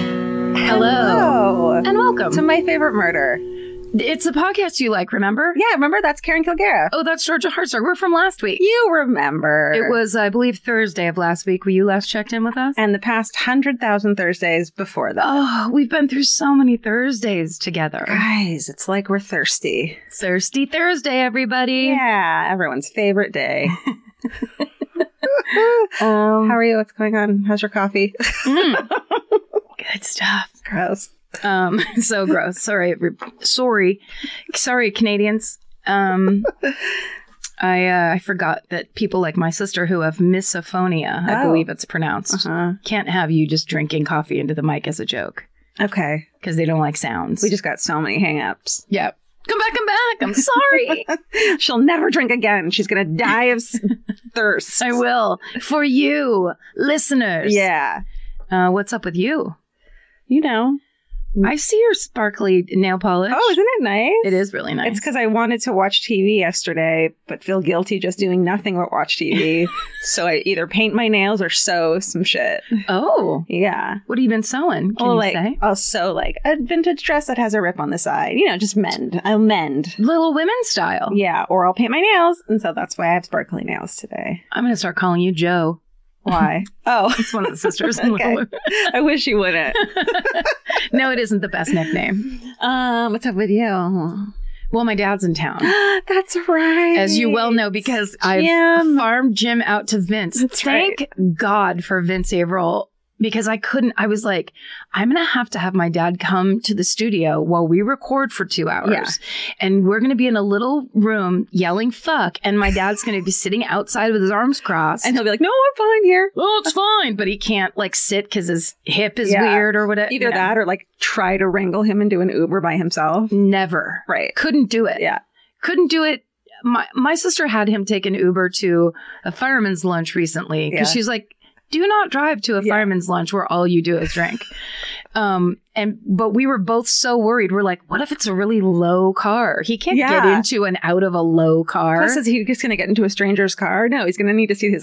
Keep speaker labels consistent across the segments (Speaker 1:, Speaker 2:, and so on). Speaker 1: Hello
Speaker 2: Oh,
Speaker 1: and welcome.
Speaker 2: to my favorite murder.
Speaker 1: it's a podcast you like, remember?
Speaker 2: Yeah, remember that's Karen Kilgara.
Speaker 1: Oh, that's Georgia Hartzer. We're from last week.
Speaker 2: You remember.
Speaker 1: It was, I believe, Thursday of last week. Were you last checked in with us?
Speaker 2: And the past 100,000 Thursdays before that.
Speaker 1: Oh, we've been through so many Thursdays together.
Speaker 2: Guys, it's like we're thirsty.
Speaker 1: Thirsty Thursday, everybody.
Speaker 2: Yeah, everyone's favorite day. How
Speaker 1: Um,
Speaker 2: are you? What's going on? How's your coffee?
Speaker 1: mm. good stuff.
Speaker 2: Gross.
Speaker 1: Um, so gross. Sorry, every- sorry, sorry, Canadians. Um, I uh, I forgot that people like my sister who have misophonia, I
Speaker 2: Oh.
Speaker 1: believe it's pronounced,
Speaker 2: Uh-huh.
Speaker 1: can't have you just drinking coffee into the mic as a joke
Speaker 2: Okay.
Speaker 1: because they don't like sounds.
Speaker 2: We just got so many hangups.
Speaker 1: yeah. Come back, come back. I'm sorry.
Speaker 2: She'll never drink again. She's going to die of s- thirst.
Speaker 1: I will for you, listeners.
Speaker 2: Yeah.
Speaker 1: Uh, what's up with you?
Speaker 2: You know.
Speaker 1: I see your sparkly nail polish.
Speaker 2: Oh, isn't it nice?
Speaker 1: it is really nice.
Speaker 2: It's because I wanted to watch TV yesterday, but feel guilty just doing nothing but watch TV. so I either paint my nails or sew some shit.
Speaker 1: oh,
Speaker 2: Yeah.
Speaker 1: what have you been sewing? Can
Speaker 2: Well,
Speaker 1: you
Speaker 2: Oh, like
Speaker 1: say?
Speaker 2: I'll sew like a vintage dress that has a rip on the side. You know, just mend. I'll mend.
Speaker 1: Little Women style.
Speaker 2: Yeah. Or I'll paint my nails, and so that's why I have sparkly nails today.
Speaker 1: I'm gonna start calling you Joe.
Speaker 2: Why? oh,
Speaker 1: It's one of the sisters. in
Speaker 2: Okay.
Speaker 1: Little
Speaker 2: I wish you wouldn't.
Speaker 1: Women. no, it isn't the best nickname.
Speaker 2: Um, what's up with you?
Speaker 1: Well, my dad's in town,
Speaker 2: that's right.
Speaker 1: as you well know, because I've
Speaker 2: Jim.
Speaker 1: farmed Jim out to Vince.
Speaker 2: That's
Speaker 1: Thank God for Vince Averill. Because I couldn't, I was like, I'm gonna have to have my dad come to the studio while we record for two hours.
Speaker 2: Yeah.
Speaker 1: And we're gonna be in a little room yelling fuck, and my dad's gonna be sitting outside with his arms crossed.
Speaker 2: And he'll be like, "No, I'm fine here."
Speaker 1: oh, it's fine, but he can't like sit because his hip is
Speaker 2: Yeah.
Speaker 1: weird or whatever.
Speaker 2: Either
Speaker 1: you know. Mm-hmm.
Speaker 2: that or like try to wrangle him into an Uber by himself.
Speaker 1: never
Speaker 2: Right.
Speaker 1: couldn't do it.
Speaker 2: Yeah.
Speaker 1: couldn't do it. My my sister had him take an Uber to a fireman's lunch recently
Speaker 2: Yeah.
Speaker 1: because she's like, "Do not drive to a
Speaker 2: Yeah.
Speaker 1: fireman's lunch where all you do is drink." um, and but we were both so worried. We're like, "What if it's a really low car? He can't get
Speaker 2: Yeah.
Speaker 1: into and out of a low car."
Speaker 2: Plus, is he just going to get into a stranger's car? No, he's going to need to see his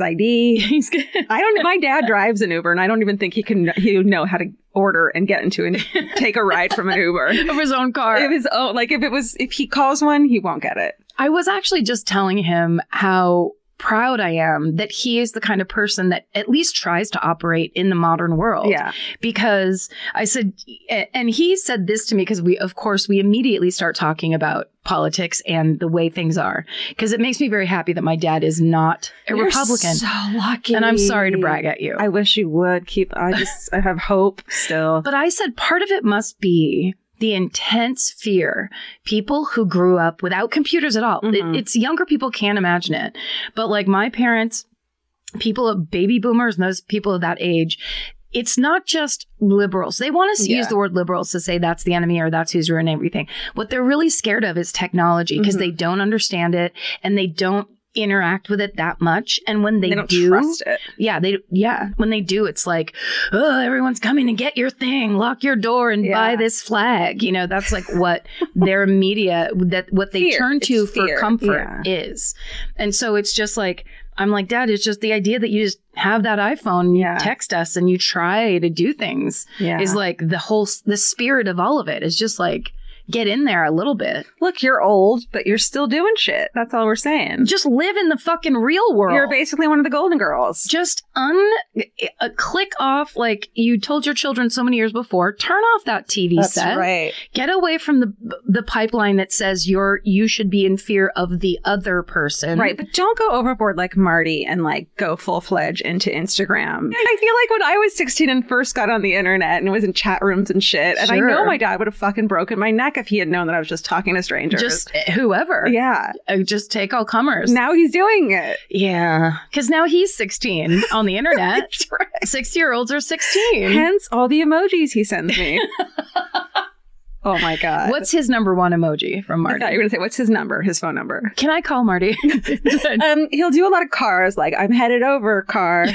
Speaker 2: ID.
Speaker 1: He's good.
Speaker 2: I don't. My dad drives an Uber, and I don't even think he can. He would know how to order and get into and take a ride from an Uber.
Speaker 1: of his own car.
Speaker 2: If his own, like if it was, if he calls one, he won't get it.
Speaker 1: I was actually just telling him how proud I am that he is the kind of person that at least tries to operate in the modern world.
Speaker 2: Yeah,
Speaker 1: Because I said, and he said this to me because we, of course, we immediately start talking about politics and the way things are. Because it makes me very happy that my dad is not a
Speaker 2: You're
Speaker 1: Republican.
Speaker 2: So lucky.
Speaker 1: and I'm sorry to brag at you.
Speaker 2: I wish you would keep. I just. I have hope still.
Speaker 1: But I said part of it must be the intense fear people who grew up without computers at all. It-
Speaker 2: Mhm.
Speaker 1: it's younger people can't imagine it. But like my parents, people of baby boomers and those people of that age, it's not just liberals. They want us to
Speaker 2: Yeah.
Speaker 1: use the word liberals to say that's the enemy or that's who's ruining everything. What they're really scared of is technology because
Speaker 2: Mhm.
Speaker 1: they don't understand it and they don't interact with it that much. And when they,
Speaker 2: They don't
Speaker 1: do,
Speaker 2: trust it.
Speaker 1: yeah, they yeah. When they do, it's like, oh, everyone's coming to get your thing. Lock your door and
Speaker 2: Yeah.
Speaker 1: buy this flag. You know, that's like what their media that what they
Speaker 2: Fear.
Speaker 1: turn to
Speaker 2: It's
Speaker 1: for
Speaker 2: fear.
Speaker 1: comfort is. And so it's just like I'm like, Dad, it's just the idea that you just have that iPhone, you
Speaker 2: Yeah.
Speaker 1: text us, and you try to do things
Speaker 2: Yeah.
Speaker 1: is like the whole s- the spirit of all of it is just like get in there a little bit,
Speaker 2: Look, you're old, but you're still doing shit. That's all we're saying.
Speaker 1: just live in the fucking real world.
Speaker 2: You're basically one of the Golden Girls.
Speaker 1: just un uh, click off like you told your children so many years before turn off that tv
Speaker 2: That's
Speaker 1: set
Speaker 2: right.
Speaker 1: get away from the the pipeline that says you're you should be in fear of the other person
Speaker 2: Right, but don't go overboard like Marty and like go full fledged into Instagram. I feel like when I was 16 and first got on the internet and was in chat rooms and shit, and I
Speaker 1: Sure.
Speaker 2: know my dad would have fucking broken my neck if he had known that I was just talking to strangers.
Speaker 1: just eh, whoever
Speaker 2: yeah.
Speaker 1: Uh, just take all comers
Speaker 2: Now he's doing it.
Speaker 1: yeah because now he's 16 on the internet
Speaker 2: That's right.
Speaker 1: 60 year olds are 16
Speaker 2: Hence all the emojis he sends me. Oh my god.
Speaker 1: What's his number one emoji from
Speaker 2: I
Speaker 1: Marty?
Speaker 2: thought you were gonna say what's his number, his phone number.
Speaker 1: Can I call Marty?
Speaker 2: Um, he'll do a lot of cars, like I'm headed over car,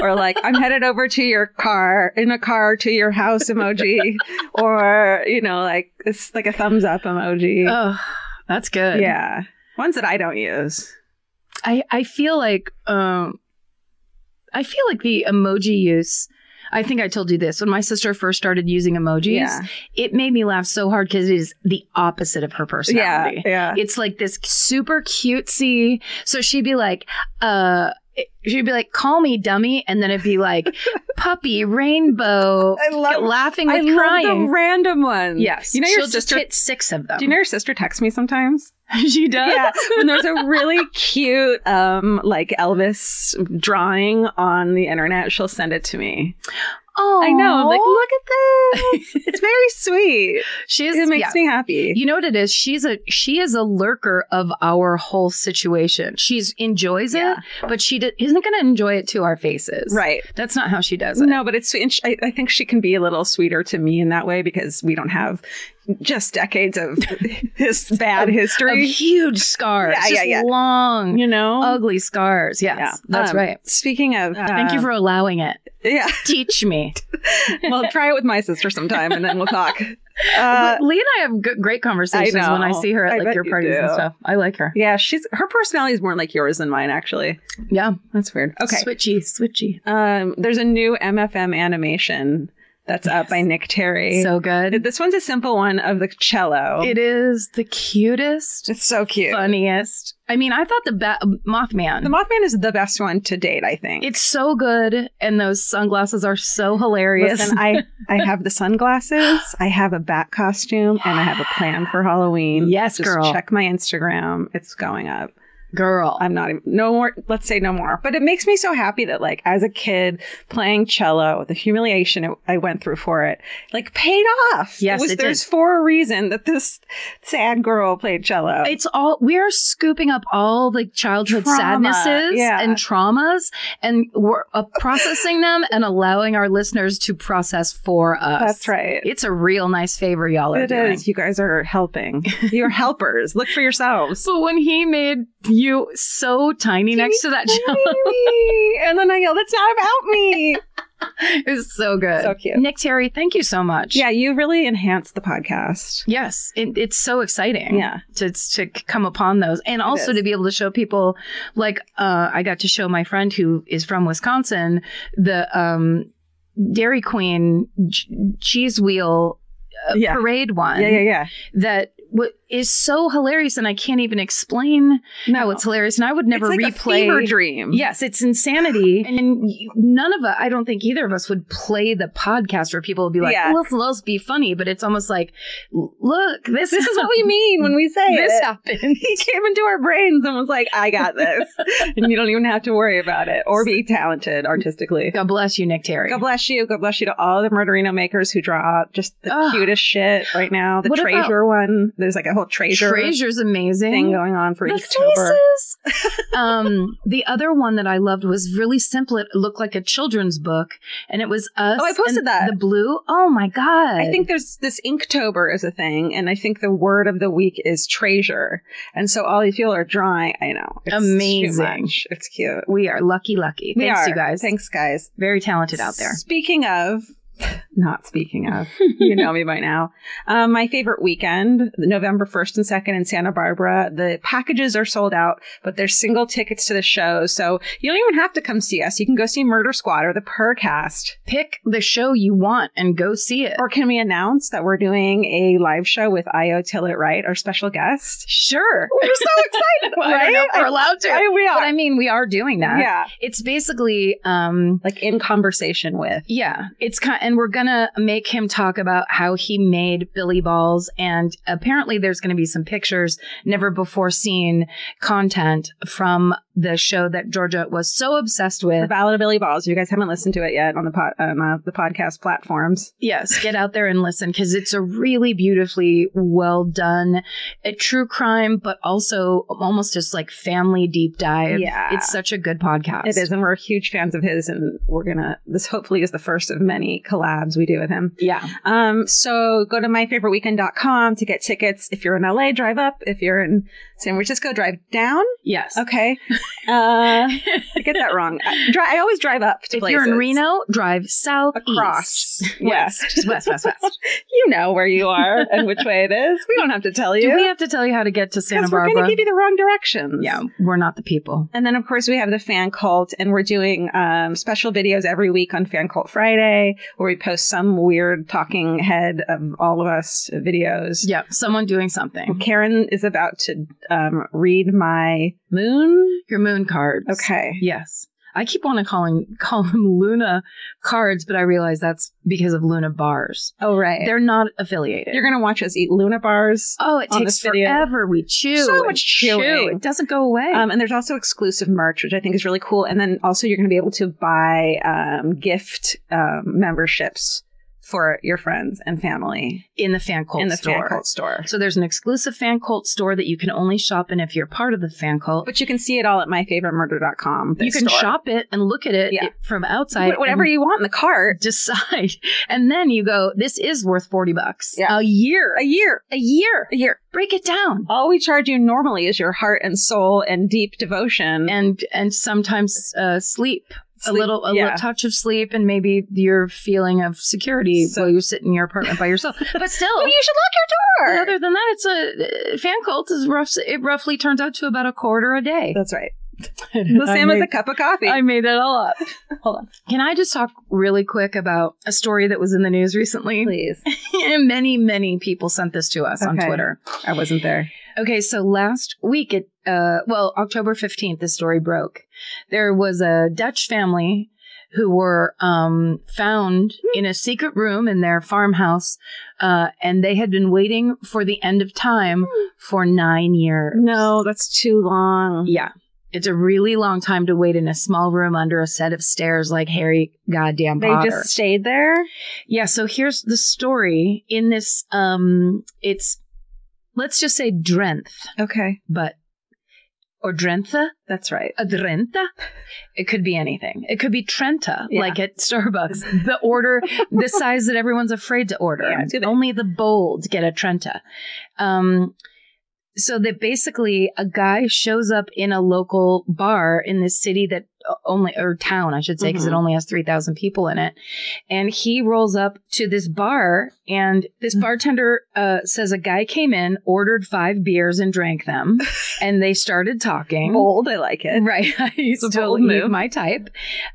Speaker 2: or like I'm headed over to your car in a car to your house emoji, or you know, like it's like a thumbs up emoji.
Speaker 1: oh, that's good.
Speaker 2: yeah, ones that I don't use.
Speaker 1: I, I feel like um I feel like the emoji use I think I told you this when my sister first started using emojis.
Speaker 2: Yeah,
Speaker 1: It made me laugh so hard because it is the opposite of her
Speaker 2: yeah,
Speaker 1: personality.
Speaker 2: yeah.
Speaker 1: It's like this super cutesy. So she'd be like, uh, she'd be like, call me dummy. And then it'd be like, puppy, rainbow,
Speaker 2: I love.
Speaker 1: laughing
Speaker 2: I
Speaker 1: with
Speaker 2: love the
Speaker 1: crying.
Speaker 2: random ones.
Speaker 1: yes.
Speaker 2: you know your
Speaker 1: She'll
Speaker 2: sister.
Speaker 1: just hit six of them.
Speaker 2: do you know your sister texts me sometimes?
Speaker 1: she does?
Speaker 2: Yeah, when there's a really cute, um, like Elvis drawing on the internet, she'll send it to me.
Speaker 1: Oh,
Speaker 2: I know. I'm like, look at this. it's very sweet.
Speaker 1: she's,
Speaker 2: It makes
Speaker 1: yeah.
Speaker 2: me happy.
Speaker 1: You know what it is? She's a she is a lurker of our whole situation. She's enjoys
Speaker 2: Yeah.
Speaker 1: it, but she d- isn't going to enjoy it to our faces.
Speaker 2: Right.
Speaker 1: That's not how she does it.
Speaker 2: No, but it's sweet. And she, I, I think she can be a little sweeter to me in that way because we don't have just decades of his bad
Speaker 1: Of
Speaker 2: history.
Speaker 1: huge scars.
Speaker 2: Yeah,
Speaker 1: just
Speaker 2: yeah, yeah.
Speaker 1: Long,
Speaker 2: you know.
Speaker 1: ugly scars. Yes,
Speaker 2: Yeah.
Speaker 1: that's
Speaker 2: Um,
Speaker 1: right.
Speaker 2: Speaking of,
Speaker 1: Thank you
Speaker 2: uh,
Speaker 1: for allowing it.
Speaker 2: yeah.
Speaker 1: Teach me.
Speaker 2: well, try it with my sister sometime, and then we'll talk. Uh,
Speaker 1: Lee and I have g- great conversations
Speaker 2: I know.
Speaker 1: when I see her at
Speaker 2: I
Speaker 1: like
Speaker 2: bet
Speaker 1: your
Speaker 2: you
Speaker 1: parties and
Speaker 2: do.
Speaker 1: stuff. I like her.
Speaker 2: yeah, she's her personality is more like yours than mine, actually.
Speaker 1: Yeah.
Speaker 2: That's weird. Okay.
Speaker 1: Switchy, switchy.
Speaker 2: Um, there's a new MFM animation that's up
Speaker 1: Yes.
Speaker 2: by Nick Terry.
Speaker 1: So good.
Speaker 2: This one's a simple one of the cello.
Speaker 1: It is the cutest,
Speaker 2: It's so cute.
Speaker 1: funniest. I mean, I thought the ba- Mothman.
Speaker 2: The Mothman is the best one to date, I think.
Speaker 1: It's so good, and those sunglasses are so hilarious.
Speaker 2: Listen, I, I have the sunglasses, I have a bat costume, and I have a plan for Halloween.
Speaker 1: Yes,
Speaker 2: Just
Speaker 1: girl.
Speaker 2: check my Instagram. It's going up.
Speaker 1: Girl,
Speaker 2: I'm not even, no more, let's say no more. But it makes me so happy that, like, as a kid playing cello, the humiliation it, I went through for it, like, paid off.
Speaker 1: Yes,
Speaker 2: was,
Speaker 1: it did.
Speaker 2: There's for a reason that this sad girl played cello.
Speaker 1: it's all we are scooping up all the childhood
Speaker 2: Trauma,
Speaker 1: sadnesses
Speaker 2: yeah.
Speaker 1: and traumas, and we're uh, processing them and allowing our listeners to process for us.
Speaker 2: That's right.
Speaker 1: It's a real nice favor y'all are
Speaker 2: It
Speaker 1: doing.
Speaker 2: is. You guys are helping. You're helpers. Look for yourselves.
Speaker 1: So when he made you so tiny next to that jello,
Speaker 2: Baby. and then I yell, "That's not about me."
Speaker 1: it was so good.
Speaker 2: So cute.
Speaker 1: Nick Terry, thank you so much.
Speaker 2: yeah, you really enhanced the podcast.
Speaker 1: Yes, it, it's so exciting.
Speaker 2: Yeah.
Speaker 1: to to come upon those, and also
Speaker 2: is.
Speaker 1: to be able to show people. Like, uh, I got to show my friend who is from Wisconsin the um, Dairy Queen ch- cheese wheel uh,
Speaker 2: Yeah.
Speaker 1: parade one
Speaker 2: Yeah, yeah, yeah.
Speaker 1: that w- is so hilarious, and I can't even explain how it's hilarious. And I would never
Speaker 2: It's like
Speaker 1: replay.
Speaker 2: A fever dream.
Speaker 1: Yes, it's insanity. And you- none of us, I don't think either of us would play the podcast where people would be like,
Speaker 2: Yeah.
Speaker 1: let's, let's be funny. But it's almost like, look, this,
Speaker 2: This is what we mean when we say
Speaker 1: this
Speaker 2: it.
Speaker 1: happened.
Speaker 2: He came into our brains and was like, "I got this," and you don't even have to worry about it or be talented artistically.
Speaker 1: God bless you, Nick Terry.
Speaker 2: God bless you. God bless you to all the murderino makers who draw just the
Speaker 1: Ugh.
Speaker 2: cutest shit right now. The
Speaker 1: What about-
Speaker 2: treasure one. There's like a whole treasure
Speaker 1: Treasure's amazing.
Speaker 2: thing going on for
Speaker 1: The
Speaker 2: Inktober.
Speaker 1: faces. um, the other one that I loved was really simple. It looked like a children's book, and it was us.
Speaker 2: Oh, I posted
Speaker 1: and
Speaker 2: that.
Speaker 1: The blue. Oh my god!
Speaker 2: I think there's this Inktober is a thing, and I think the word of the week is treasure. And so all you feel are drawing. I know. It's too
Speaker 1: Amazing.
Speaker 2: much. It's cute.
Speaker 1: we are lucky, lucky.
Speaker 2: We
Speaker 1: Thanks,
Speaker 2: are.
Speaker 1: you guys.
Speaker 2: Thanks, guys.
Speaker 1: Very talented out there.
Speaker 2: Speaking of, not speaking of, you know me by now. Um, my favorite weekend, November 1st and 2nd in Santa Barbara. The packages are sold out, but there's single tickets to the show. So you don't even have to come see us. You can go see Murder Squad or the Purrcast.
Speaker 1: Pick the show you want and go see it.
Speaker 2: Or can we announce that we're doing a live show with Io Tillett Wright, our special guest?
Speaker 1: Sure.
Speaker 2: We're so excited,
Speaker 1: Well, I
Speaker 2: right?
Speaker 1: don't know if we're allowed to.
Speaker 2: I- I- we are.
Speaker 1: but I mean, we are doing that.
Speaker 2: yeah,
Speaker 1: It's basically, um,
Speaker 2: like in conversation with.
Speaker 1: yeah, it's kind, and we're gonna make him talk about how he made Billy Balls, and apparently there's gonna be some pictures, never before seen content from the show that Georgia was so obsessed
Speaker 2: The
Speaker 1: with.
Speaker 2: Ballad of Billy Balls. You guys haven't listened to it yet on the pod, um, uh, the podcast platforms.
Speaker 1: Yes, get out there and listen because it's a really beautifully well done, a true crime, but also almost just like family deep dive.
Speaker 2: Yeah.
Speaker 1: it's such a good podcast.
Speaker 2: It is, and we're huge fans of his, and we're gonna. This hopefully is the first of many collabs we do with him.
Speaker 1: Yeah.
Speaker 2: Um, so go to myfavoriteweekend.com to get tickets. If you're in LA, drive up. If you're in San Francisco, drive down.
Speaker 1: Yes.
Speaker 2: Okay. Uh, I get that wrong. I, dri- I always drive up to
Speaker 1: If you're in
Speaker 2: places.
Speaker 1: Reno, drive south,
Speaker 2: Across.
Speaker 1: east,
Speaker 2: Yes.
Speaker 1: west, west, west, west.
Speaker 2: You know where you are and which way it is. We don't have to tell you.
Speaker 1: Do we have to tell you how to get to Santa
Speaker 2: because we're
Speaker 1: Barbara?
Speaker 2: going to give you the wrong directions.
Speaker 1: yeah, we're not the people.
Speaker 2: And then, of course, we have the fan cult, and we're doing um, special videos every week on Fan Cult Friday, where we post some weird talking head of all of us videos.
Speaker 1: Yeah, someone doing something.
Speaker 2: Karen is about to um, read my moon.
Speaker 1: Your moon cards.
Speaker 2: Okay.
Speaker 1: Yes. I keep wanting to calling call them Luna cards, but I realize that's because of Luna bars.
Speaker 2: Oh, right.
Speaker 1: They're not affiliated.
Speaker 2: You're going to watch us eat Luna bars.
Speaker 1: oh, it
Speaker 2: on
Speaker 1: takes
Speaker 2: this video.
Speaker 1: forever. We chew.
Speaker 2: So
Speaker 1: and
Speaker 2: much
Speaker 1: chew.
Speaker 2: chewing.
Speaker 1: It doesn't go away.
Speaker 2: Um, and there's also exclusive merch, which I think is really cool. And then also, you're going to be able to buy um, gift um, memberships for your friends and family
Speaker 1: in the fan cult
Speaker 2: in the
Speaker 1: store.
Speaker 2: Fan Cult store.
Speaker 1: So there's an exclusive fan cult store that you can only shop in if you're part of the fan cult.
Speaker 2: But you can see it all at myfavoritemurder.com.
Speaker 1: you can
Speaker 2: store.
Speaker 1: shop it and look at it
Speaker 2: Yeah.
Speaker 1: it- from outside.
Speaker 2: Wh- whatever
Speaker 1: and
Speaker 2: you want in the cart.
Speaker 1: decide. And then you go, this is worth 40 bucks
Speaker 2: Yeah. Um,
Speaker 1: a year.
Speaker 2: A year,
Speaker 1: A year.
Speaker 2: a year.
Speaker 1: Break it down.
Speaker 2: All we charge you normally is your heart and soul and deep devotion.
Speaker 1: And and sometimes uh, sleep. a
Speaker 2: Sleep-
Speaker 1: little a
Speaker 2: yeah.
Speaker 1: little touch of sleep and maybe your feeling of security
Speaker 2: So-
Speaker 1: while you sit in your apartment by yourself. But still,
Speaker 2: But you should lock your door.
Speaker 1: other than that, it's a uh, fan cult is rough. It roughly turns out to about a quarter a day.
Speaker 2: That's right. The
Speaker 1: I
Speaker 2: same as a
Speaker 1: made-
Speaker 2: cup of coffee.
Speaker 1: I made that all up.
Speaker 2: Hold on,
Speaker 1: Can I just talk really quick about a story that was in the news recently?
Speaker 2: please.
Speaker 1: and many, many people sent this to us on
Speaker 2: Okay.
Speaker 1: Twitter.
Speaker 2: I wasn't there.
Speaker 1: Okay, so last week, it uh, well, October fifteenth, this story broke. There was a Dutch family who were um, found
Speaker 2: Hmm.
Speaker 1: in a secret room in their farmhouse, uh, and they had been waiting for the end of time
Speaker 2: Hmm.
Speaker 1: for nine years.
Speaker 2: that's too long.
Speaker 1: Yeah. It's a really long time to wait in a small room under a set of stairs like Harry goddamn
Speaker 2: They
Speaker 1: Potter.
Speaker 2: just stayed there.
Speaker 1: Yeah, so here's the story in this um it's let's just say Drenth,
Speaker 2: Okay,
Speaker 1: but or Drentha,
Speaker 2: that's right.
Speaker 1: a Drenta. Uh, It could be anything. It could be Trenta,
Speaker 2: Yeah.
Speaker 1: like at Starbucks. The order, the size that everyone's afraid to order.
Speaker 2: Yeah, too big.
Speaker 1: Only the bold get a Trenta. Um, so that basically a guy shows up in a local bar in this city that only or town I should say because
Speaker 2: Mhm.
Speaker 1: it only has 3000 people in it and he rolls up to this bar and this
Speaker 2: Mhm.
Speaker 1: bartender uh, says a guy came in ordered 5 beers and drank them and they started talking
Speaker 2: Bold, I like it.
Speaker 1: Right. I used
Speaker 2: a
Speaker 1: to
Speaker 2: bold
Speaker 1: eat
Speaker 2: move.
Speaker 1: my type.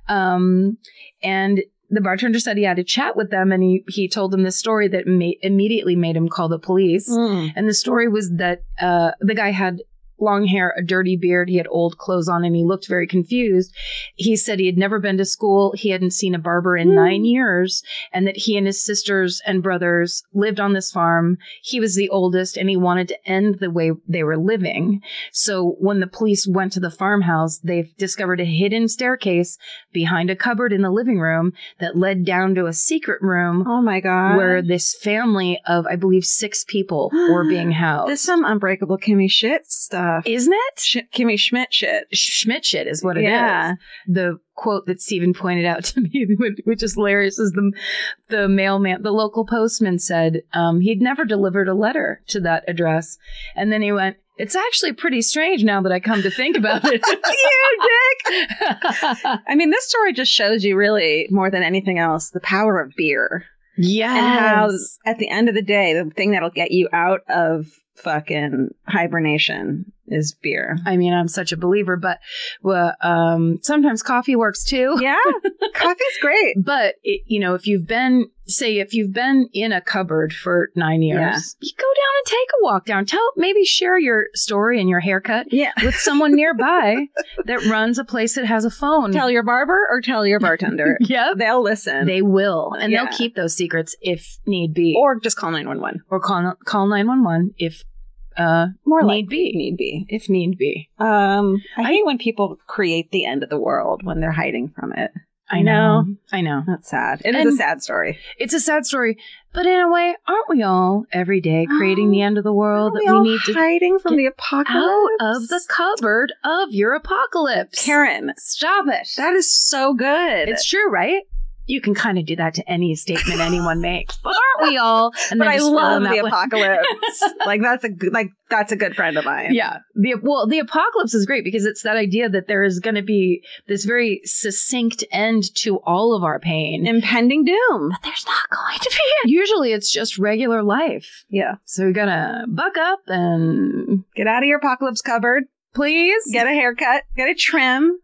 Speaker 1: Um, and the bartender said he had a chat with them and he, he told them this story that ma- immediately made him call the police.
Speaker 2: Mm.
Speaker 1: And the story was that uh, the guy had long hair, a dirty beard, he had old clothes on, and he looked very confused. He said he had never been to school, he hadn't seen a barber in
Speaker 2: Hmm.
Speaker 1: nine years, and that he and his sisters and brothers lived on this farm. He was the oldest, and he wanted to end the way they were living. So when the police went to the farmhouse, they discovered a hidden staircase behind a cupboard in the living room that led down to a secret room
Speaker 2: Oh my god.
Speaker 1: where this family of I believe six people were being housed.
Speaker 2: This is some unbreakable Kimmy shit stuff.
Speaker 1: isn't it?
Speaker 2: Sh- Kimmy Schmidt shit.
Speaker 1: Schmidt shit is what it is.
Speaker 2: yeah.
Speaker 1: The quote that Stephen pointed out to me, which- which is hilarious, is the the mailman, the local postman said um, he'd never delivered a letter to that address, and then he went, "It's actually pretty strange now that I come to think about it."
Speaker 2: you dick. I mean, this story just shows you really more than anything else the power of beer
Speaker 1: yes.
Speaker 2: and how, at the end of the day, the thing that'll get you out of fucking hibernation is beer.
Speaker 1: I mean, I'm such a believer, but well, um, sometimes coffee works too.
Speaker 2: Yeah, coffee's great.
Speaker 1: But it, you know, if you've been, say, if you've been in a cupboard for nine years,
Speaker 2: Yeah.
Speaker 1: you go down and take a walk down. Tell, maybe share your story and your haircut
Speaker 2: Yeah.
Speaker 1: with someone nearby that runs a place that has a phone.
Speaker 2: Tell your barber or tell your bartender.
Speaker 1: yep,
Speaker 2: They'll listen.
Speaker 1: they will, and
Speaker 2: Yeah.
Speaker 1: they'll keep those secrets if need be,
Speaker 2: or just call 911.
Speaker 1: or call call nine one one if uh
Speaker 2: More
Speaker 1: Need
Speaker 2: like
Speaker 1: be.
Speaker 2: Need be.
Speaker 1: if need be.
Speaker 2: Um, I hate when people create the end of the world when they're hiding from it. I know.
Speaker 1: I know.
Speaker 2: That's sad. It is a
Speaker 1: And-
Speaker 2: sad story.
Speaker 1: It's a sad story, but in a way, aren't we all every day creating the end of the world
Speaker 2: Oh, Aren't
Speaker 1: that we
Speaker 2: all
Speaker 1: need to
Speaker 2: hiding from
Speaker 1: get
Speaker 2: the apocalypse
Speaker 1: out of the cupboard of your apocalypse.
Speaker 2: Karen.
Speaker 1: Stop it.
Speaker 2: That is so good.
Speaker 1: it's true, right? you can kind of do that to any statement anyone makes, but aren't we all? And
Speaker 2: but I
Speaker 1: just fill
Speaker 2: love
Speaker 1: in that
Speaker 2: the
Speaker 1: one.
Speaker 2: apocalypse. like that's a good, like that's a good friend of mine.
Speaker 1: Yeah. The well, the apocalypse is great because it's that idea that there is going to be this very succinct end to all of our pain.
Speaker 2: Impending doom.
Speaker 1: There's not going to be. Usually, it's just regular life.
Speaker 2: Yeah.
Speaker 1: So we gotta buck up and
Speaker 2: Get out of your apocalypse cupboard.
Speaker 1: please
Speaker 2: Get a haircut. Get a trim.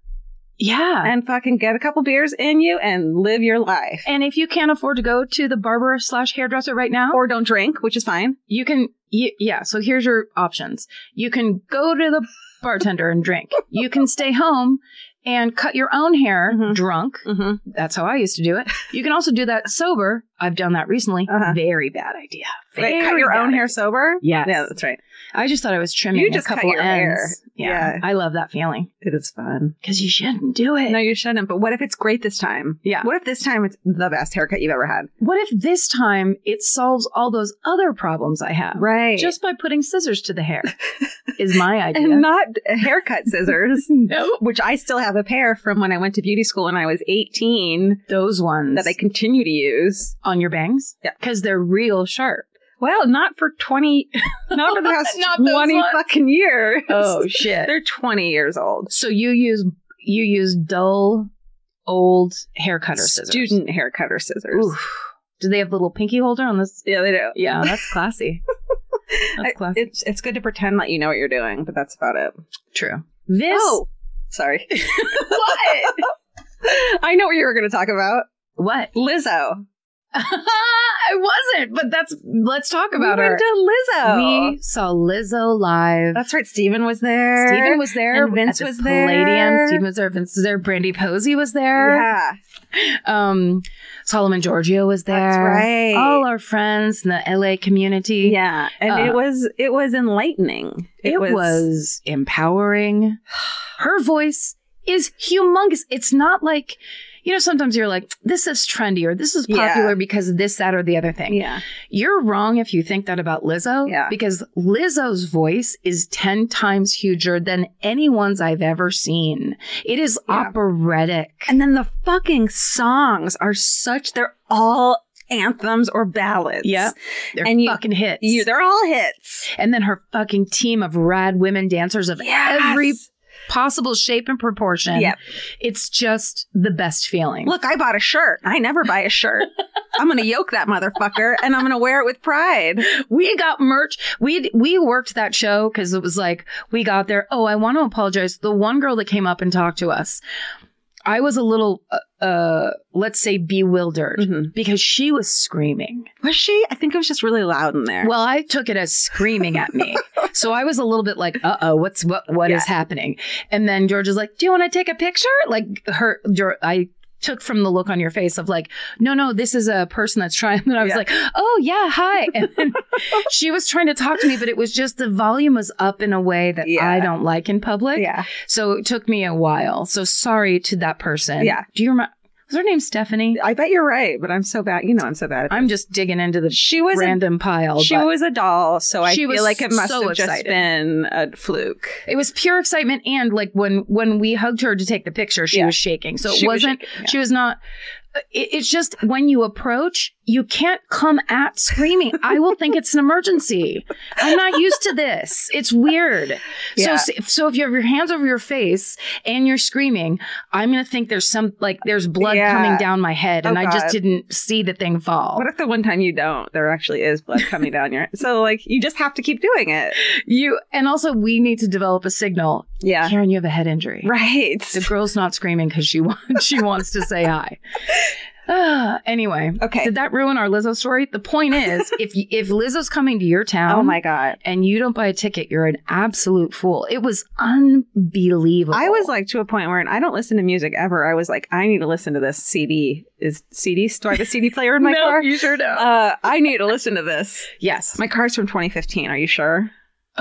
Speaker 1: yeah.
Speaker 2: And fucking get a couple beers in you and live your life.
Speaker 1: And if you can't afford to go to the barber slash hairdresser right now,
Speaker 2: Or don't drink, which is fine.
Speaker 1: you can y- yeah so here's your options you can go to the bartender and drink you can stay home and cut your own hair
Speaker 2: Mhm.
Speaker 1: drunk
Speaker 2: Mm-hmm.
Speaker 1: that's how i used to do it you can also do that sober i've done that recently
Speaker 2: Uh-huh.
Speaker 1: very bad idea very
Speaker 2: cut your
Speaker 1: bad
Speaker 2: own hair
Speaker 1: idea.
Speaker 2: sober.
Speaker 1: Yes.
Speaker 2: Yeah, that's right.
Speaker 1: i just thought i was trimming
Speaker 2: You
Speaker 1: a
Speaker 2: just cut
Speaker 1: couple
Speaker 2: your
Speaker 1: ends
Speaker 2: hair.
Speaker 1: Yeah.
Speaker 2: Yeah.
Speaker 1: i love that feeling
Speaker 2: It is fun.
Speaker 1: because you shouldn't do it
Speaker 2: No, you shouldn't. But what if it's great this time?
Speaker 1: yeah
Speaker 2: What if this time it's the best haircut you've ever had?
Speaker 1: what if this time it solves all those other problems i have Oh,
Speaker 2: Right.
Speaker 1: just by putting scissors to the hair is my idea
Speaker 2: and not haircut scissors.
Speaker 1: no
Speaker 2: which I still have a pair from when I went to beauty school when I was 18
Speaker 1: those ones
Speaker 2: that I continue to use.
Speaker 1: on your bangs?
Speaker 2: Yeah.
Speaker 1: Because they're real sharp.
Speaker 2: Well, not for 20, not for the past
Speaker 1: Not those
Speaker 2: 20
Speaker 1: ones. Oh,
Speaker 2: fucking years.
Speaker 1: shit.
Speaker 2: They're 20 years old.
Speaker 1: So you use you use dull old hair cutter scissors.
Speaker 2: Student hair cutter scissors.
Speaker 1: Oof. Do they have little pinky holder on this?
Speaker 2: Yeah, they do.
Speaker 1: Yeah, that's classy.
Speaker 2: I-
Speaker 1: that's classy.
Speaker 2: It's, it's good to pretend like you know what you're doing, but that's about it.
Speaker 1: True. This
Speaker 2: Oh, sorry.
Speaker 1: what?
Speaker 2: I know what you were going to talk about.
Speaker 1: what?
Speaker 2: Lizzo.
Speaker 1: I wasn't, but that's let's talk about
Speaker 2: we
Speaker 1: her.
Speaker 2: went to Lizzo.
Speaker 1: We saw Lizzo live.
Speaker 2: That's right. Steven was there.
Speaker 1: Steven was there.
Speaker 2: And Vince
Speaker 1: at the
Speaker 2: was
Speaker 1: Palladium.
Speaker 2: there.
Speaker 1: Steven was there. Vince was there. Brandy Posey was there.
Speaker 2: Yeah.
Speaker 1: Um, Solomon Giorgio was there.
Speaker 2: That's right.
Speaker 1: All our friends in the LA community.
Speaker 2: Yeah, and
Speaker 1: Uh,
Speaker 2: it was it was enlightening.
Speaker 1: It, was, empowering. Her voice is humongous. It's not like, you know, sometimes you're like, this is trendy or this is
Speaker 2: Yeah.
Speaker 1: popular because of this, that, or the other thing.
Speaker 2: yeah,
Speaker 1: You're wrong if you think that about Lizzo
Speaker 2: Yeah.
Speaker 1: because Lizzo's voice is 10 times huger than anyone's I've ever seen. It is
Speaker 2: Yeah.
Speaker 1: operatic.
Speaker 2: and then the fucking songs are such they're all anthems or ballads.
Speaker 1: Yep. They're
Speaker 2: and you-
Speaker 1: fucking hits.
Speaker 2: you they're all hits.
Speaker 1: And then her fucking team of rad women dancers of
Speaker 2: Yes.
Speaker 1: every possible shape and proportion.
Speaker 2: Yep.
Speaker 1: It's just the best feeling.
Speaker 2: Look, I bought a shirt. I never buy a shirt. I'm gonna yoke that motherfucker, and I'm gonna wear it with pride.
Speaker 1: we got merch. We we worked that show because it was like we got there. Oh, I want to apologize. The one girl that came up and talked to us, I was a little, uh, uh let's say, bewildered
Speaker 2: Mm-hmm.
Speaker 1: because she was screaming.
Speaker 2: Was she? I think it was just really loud in there.
Speaker 1: Well, I took it as screaming at me. so I was a little bit like, uh oh, what's what What is
Speaker 2: Yeah.
Speaker 1: happening? And then George is like, Do you want to take a picture? Like her Geor- I took from the look on your face of like, no, no, this is a person that's trying. And I was
Speaker 2: Yeah.
Speaker 1: like, oh yeah, hi. And then she was trying to talk to me, but it was just the volume was up in a way that
Speaker 2: Yeah.
Speaker 1: I don't like in public.
Speaker 2: yeah,
Speaker 1: So it took me a while. So sorry to that person.
Speaker 2: Yeah.
Speaker 1: Do you remember was her name Stephanie?
Speaker 2: I bet you're right, but I'm so bad. You know, I'm so bad. At
Speaker 1: I'm just digging into the
Speaker 2: she was a
Speaker 1: random pile.
Speaker 2: she
Speaker 1: but-
Speaker 2: was a doll, so I
Speaker 1: She was
Speaker 2: feel like it must
Speaker 1: so
Speaker 2: have just
Speaker 1: excited.
Speaker 2: been a fluke.
Speaker 1: It was pure excitement, and like when when we hugged her to take the picture, she
Speaker 2: Yeah.
Speaker 1: was shaking. So it
Speaker 2: She was
Speaker 1: wasn't.
Speaker 2: shaking, yeah.
Speaker 1: She was not. it- it's just when you approach, you can't come at screaming. I will think it's an emergency. I'm not used to this. It's weird.
Speaker 2: Yeah.
Speaker 1: So so if you have your hands over your face and you're screaming, I'm gonna think there's some like there's blood
Speaker 2: Yeah.
Speaker 1: coming down my head,
Speaker 2: Oh,
Speaker 1: and I
Speaker 2: God.
Speaker 1: just didn't see the thing fall.
Speaker 2: What if the one time you don't, there actually is blood coming down your? So like you just have to keep doing it.
Speaker 1: You and also we need to develop a signal.
Speaker 2: Yeah.
Speaker 1: Karen, you have a head injury.
Speaker 2: Right.
Speaker 1: The girl's not screaming because she wants she wants to say hi. Ah, anyway,
Speaker 2: Okay.
Speaker 1: did that ruin our Lizzo story? The point is, if y- if Lizzo's coming to your town,
Speaker 2: Oh my god.
Speaker 1: and you don't buy a ticket, you're an absolute fool. It was unbelievable.
Speaker 2: I was like to a point where, and I don't listen to music ever. I was like, I need to listen to this CD. Is CD? Do I have a CD player in my
Speaker 1: no,
Speaker 2: car?
Speaker 1: you sure do.
Speaker 2: Uh, I need to listen to this.
Speaker 1: yes.
Speaker 2: My car's from 2015. Are you sure?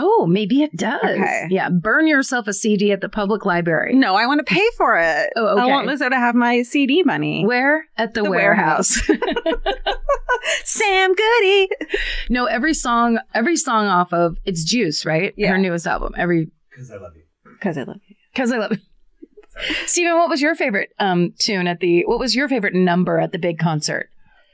Speaker 1: Oh, maybe it does.
Speaker 2: Okay.
Speaker 1: Yeah, burn yourself a CD at the public library.
Speaker 2: No, I want to pay for it.
Speaker 1: Oh, okay.
Speaker 2: I want Lizzo to have my CD money.
Speaker 1: Where at the,
Speaker 2: The
Speaker 1: warehouse?
Speaker 2: Sam Goody.
Speaker 1: no, every song, every song off of it's Juice, right?
Speaker 2: Yeah.
Speaker 1: Her newest album. Every
Speaker 3: Because I love you.
Speaker 2: Because I love you.
Speaker 1: because I love Stephen, what was your favorite um, tune at the? What was your favorite number at the big concert?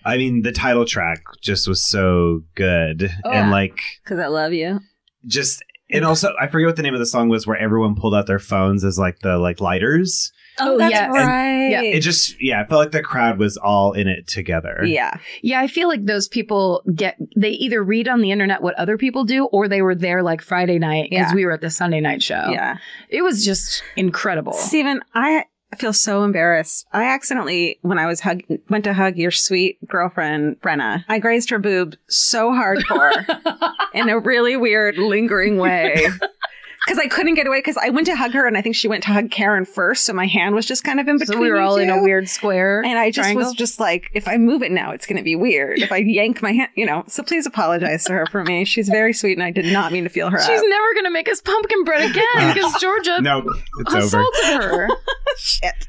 Speaker 3: I mean, the title track just was so good,
Speaker 1: Oh,
Speaker 3: and
Speaker 1: yeah.
Speaker 3: like
Speaker 2: Because I love you.
Speaker 3: just and also I forget what the name of the song was, where everyone pulled out their phones as like the like lighters.
Speaker 1: Oh, yes.
Speaker 2: right.
Speaker 1: yeah.
Speaker 3: It just yeah, I felt like the crowd was all in it together.
Speaker 2: yeah.
Speaker 1: Yeah, I feel like those people get they either read on the internet what other people do, or they were there like Friday night because
Speaker 2: Yeah.
Speaker 1: we were at the Sunday night show.
Speaker 2: Yeah.
Speaker 1: it was just incredible.
Speaker 2: Steven, I feel so embarrassed. I accidentally, when I was hug, went to hug your sweet girlfriend, Brenna, I grazed her boob so hardcore in a really weird, lingering way. Because I couldn't get away because I went to hug her and I think she went to hug Karen first. So my hand was just kind of in between.
Speaker 1: so we were
Speaker 2: you
Speaker 1: all in
Speaker 2: two.
Speaker 1: a weird square,
Speaker 2: And I just
Speaker 1: triangle.
Speaker 2: was just like, if I move it now, it's going to be weird. If I yank my hand, you know. So please apologize to her for me. She's very sweet, and I did not mean to feel her
Speaker 1: She's
Speaker 2: up.
Speaker 1: never gonna make us pumpkin bread again because Georgia
Speaker 3: No, it's over.
Speaker 1: assaulted her.
Speaker 2: Shit.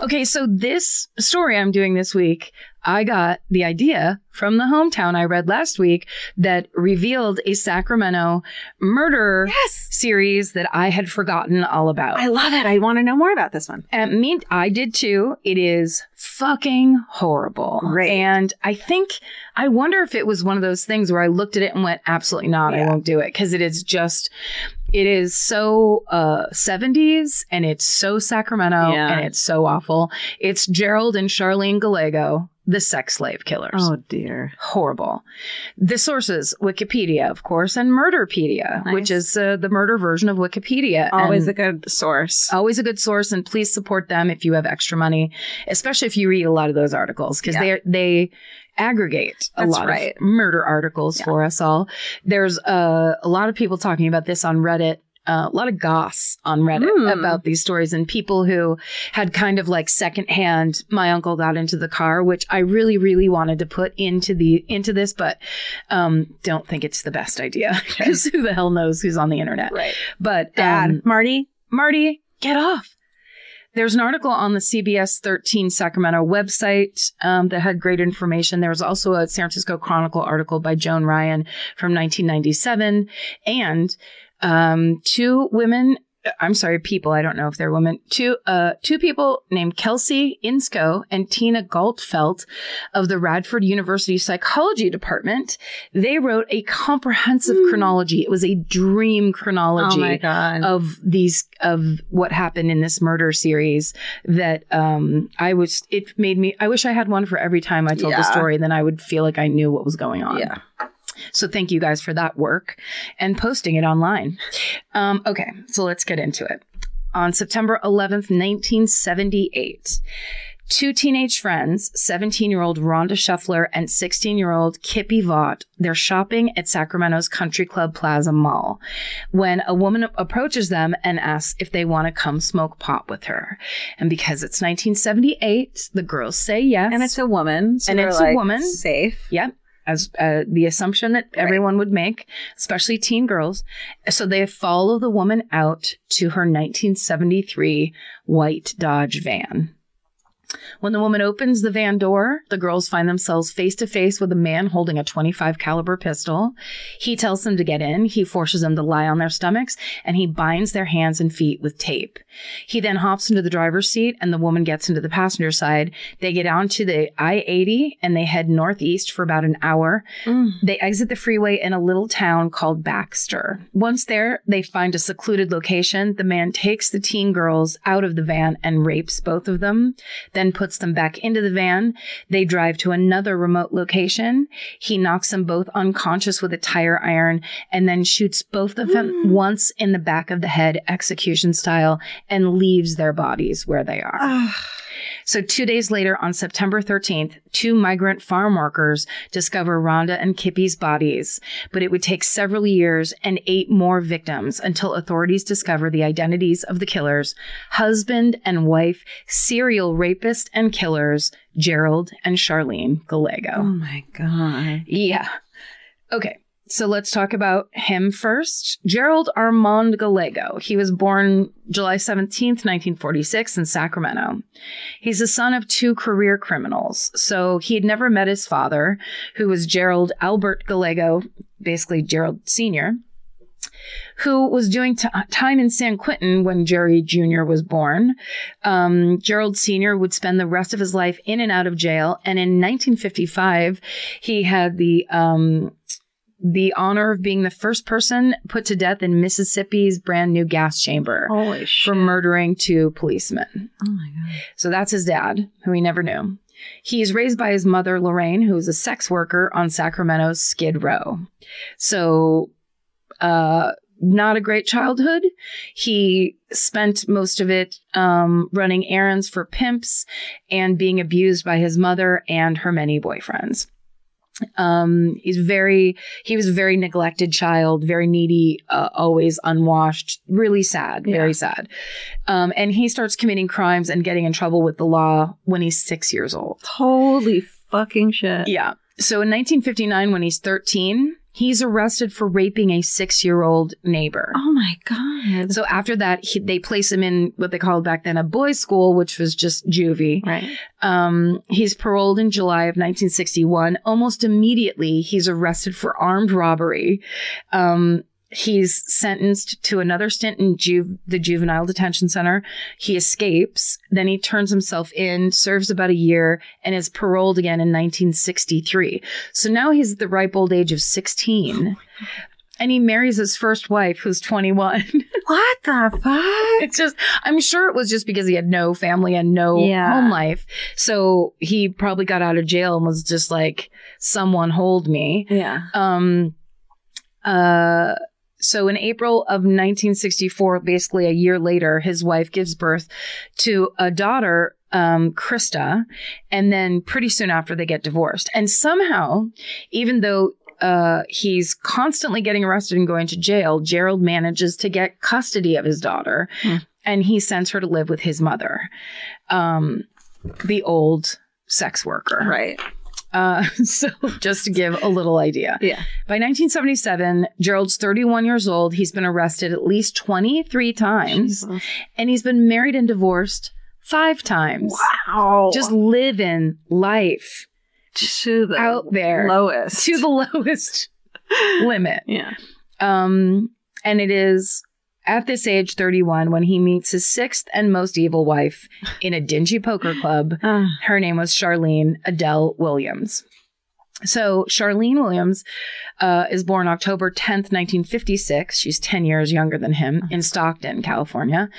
Speaker 1: Okay, so this story I'm doing this week, I got the idea from the hometown I read last week that revealed a Sacramento murder
Speaker 2: Yes.
Speaker 1: series that I had forgotten all about.
Speaker 2: I love it. I want to know more about this one.
Speaker 1: And Uh, me, I did too. It is fucking horrible.
Speaker 2: Great.
Speaker 1: And I think, I wonder if it was one of those things where I looked at it and went, absolutely not. I
Speaker 2: Yeah.
Speaker 1: won't do it. Cause it is just, it is so uh, 70s and it's so Sacramento
Speaker 2: Yeah.
Speaker 1: and it's so awful. It's Gerald and Charlene Gallego, the sex slave killers.
Speaker 2: Oh. dear.
Speaker 1: Horrible. The sources, Wikipedia, of course, and Murderpedia,
Speaker 2: Nice.
Speaker 1: which is uh, the murder version of Wikipedia.
Speaker 2: Always
Speaker 1: And-
Speaker 2: a good source.
Speaker 1: always a good source and please support them if you have extra money especially if you read a lot of those articles because
Speaker 2: Yeah.
Speaker 1: they they aggregate a
Speaker 2: That's
Speaker 1: lot
Speaker 2: right.
Speaker 1: of murder articles for us all there's uh, a lot of people talking about this on reddit uh, a lot of goss on Reddit
Speaker 2: Hmm.
Speaker 1: about these stories and people who had kind of like secondhand. My uncle got into the car, which I really, really wanted to put into the into this, but um, don't think it's the best idea because who the hell knows who's on the internet?
Speaker 2: Right.
Speaker 1: But
Speaker 2: Dad,
Speaker 1: um,
Speaker 2: Marty,
Speaker 1: Marty, get off. There's an article on the CBS 13 Sacramento website um, that had great information. There was also a San Francisco Chronicle article by Joan Ryan from 1997. And um, two women, I'm sorry, people, I don't know if they're women, two, uh, two people named Kelsey Insko and Tina Galtfelt of the Radford University Psychology Department. They wrote a comprehensive chronology. It was a dream chronology
Speaker 2: Oh god.
Speaker 1: of these of what happened in this murder series that um I was it made me I wish I had one for every time I told the
Speaker 2: Yeah.
Speaker 1: story then I would feel like I knew what was going on.
Speaker 2: Yeah.
Speaker 1: So thank you guys for that work and posting it online. Um okay, so let's get into it. On September 11th, 1978, two teenage friends, 17-year-old Rhonda Shuffler and 16-year-old Kippy Vaught, they're shopping at Sacramento's Country Club Plaza Mall when a woman approaches them and asks if they want to come smoke pot with her. And because it's 1978, the girls say yes.
Speaker 2: and it's a woman. So
Speaker 1: And
Speaker 2: they're
Speaker 1: it's a
Speaker 2: like,
Speaker 1: woman.
Speaker 2: Safe.
Speaker 1: Yep. As uh, the assumption that
Speaker 2: Right.
Speaker 1: everyone would make, especially teen girls. So they follow the woman out to her 1973 white Dodge van. When the woman opens the van door, the girls find themselves face to face with a man holding a 25 caliber pistol. He tells them to get in, he forces them to lie on their stomachs, and he binds their hands and feet with tape. He then hops into the driver's seat and the woman gets into the passenger side. They get onto the I 80 and they head northeast for about an hour. They exit the freeway in a little town called Baxter. Once there, they find a secluded location. The man takes the teen girls out of the van and rapes both of them, then puts them back into the van. They drive to another remote location. He knocks them both unconscious with a tire iron and then shoots both of them once in the back of the head, execution style, and leaves their bodies where they are. So, two days later, on September 13th, two migrant farm workers discover Rhonda and Kippy's bodies, but it would take several years and eight more victims until authorities discover the identities of the killers husband and wife, serial rapist and killers, Gerald and Charlene Gallego.
Speaker 2: Oh my god.
Speaker 1: Yeah. Okay. So let's talk about him first. Gerald Armand Gallego. He was born July 17th, 1946, in Sacramento. He's the son of two career criminals. So he had never met his father, who was Gerald Albert Gallego, basically Gerald Sr., who was doing t- time in San Quentin when Jerry Jr. was born. Um, Gerald Sr. would spend the rest of his life in and out of jail. And in 1955, he had the um the honor of being the first person put to death in Mississippi's brand new gas chamber
Speaker 2: Holy shit.
Speaker 1: for murdering two policemen.
Speaker 2: oh my god.
Speaker 1: So that's his dad, who he never knew. He is raised by his mother, Lorraine, who is a sex worker on Sacramento's Skid Row. So, uh, not a great childhood. He spent most of it um, running errands for pimps and being abused by his mother and her many boyfriends. Um, he's very, he was a very neglected child, very needy, uh, always unwashed, really sad, very sad. Um, and he starts committing crimes and getting in trouble with the law when he's six years old.
Speaker 2: Holy fucking shit.
Speaker 1: Yeah. So in 1959, when he's 13, he's arrested for raping a six year old neighbor.
Speaker 2: Oh my god.
Speaker 1: So after that, he, they place him in what they called back then a boys' school, which was just juvie.
Speaker 2: right.
Speaker 1: Um, he's paroled in July of 1961. Almost immediately, he's arrested for armed robbery. Um, he's sentenced to another stint in ju- the juvenile detention center. He escapes, then he turns himself in, serves about a year, and is paroled again in 1963. So now he's at the ripe old age of 16. And he marries his first wife, who's 21.
Speaker 2: What the fuck?
Speaker 1: it's just, I'm sure it was just because he had no family and no
Speaker 2: Yeah.
Speaker 1: home life. So he probably got out of jail and was just like, someone hold me.
Speaker 2: Yeah.
Speaker 1: Um, uh, so in April of 1964, basically a year later, his wife gives birth to a daughter, um, Krista, and then pretty soon after they get divorced. And somehow, even though uh, he's constantly getting arrested and going to jail, Gerald manages to get custody of his daughter
Speaker 4: Hmm.
Speaker 1: and he sends her to live with his mother, um, the old sex worker.
Speaker 2: Right.
Speaker 1: Uh, so just to give a little idea.
Speaker 2: Yeah.
Speaker 1: By 1977, Gerald's 31 years old. He's been arrested at least 23 times and he's been married and divorced five times.
Speaker 2: Wow.
Speaker 1: Just living life
Speaker 2: to the
Speaker 1: out there
Speaker 2: lowest.
Speaker 1: to the lowest limit.
Speaker 2: yeah.
Speaker 1: Um, and it is at this age, 31, when he meets his sixth and most evil wife in a dingy poker club.
Speaker 2: Uh,
Speaker 1: Her name was Charlene Adele Williams. So Charlene Williams uh, is born October 10th, 1956. She's 10 years younger than him in Stockton, California.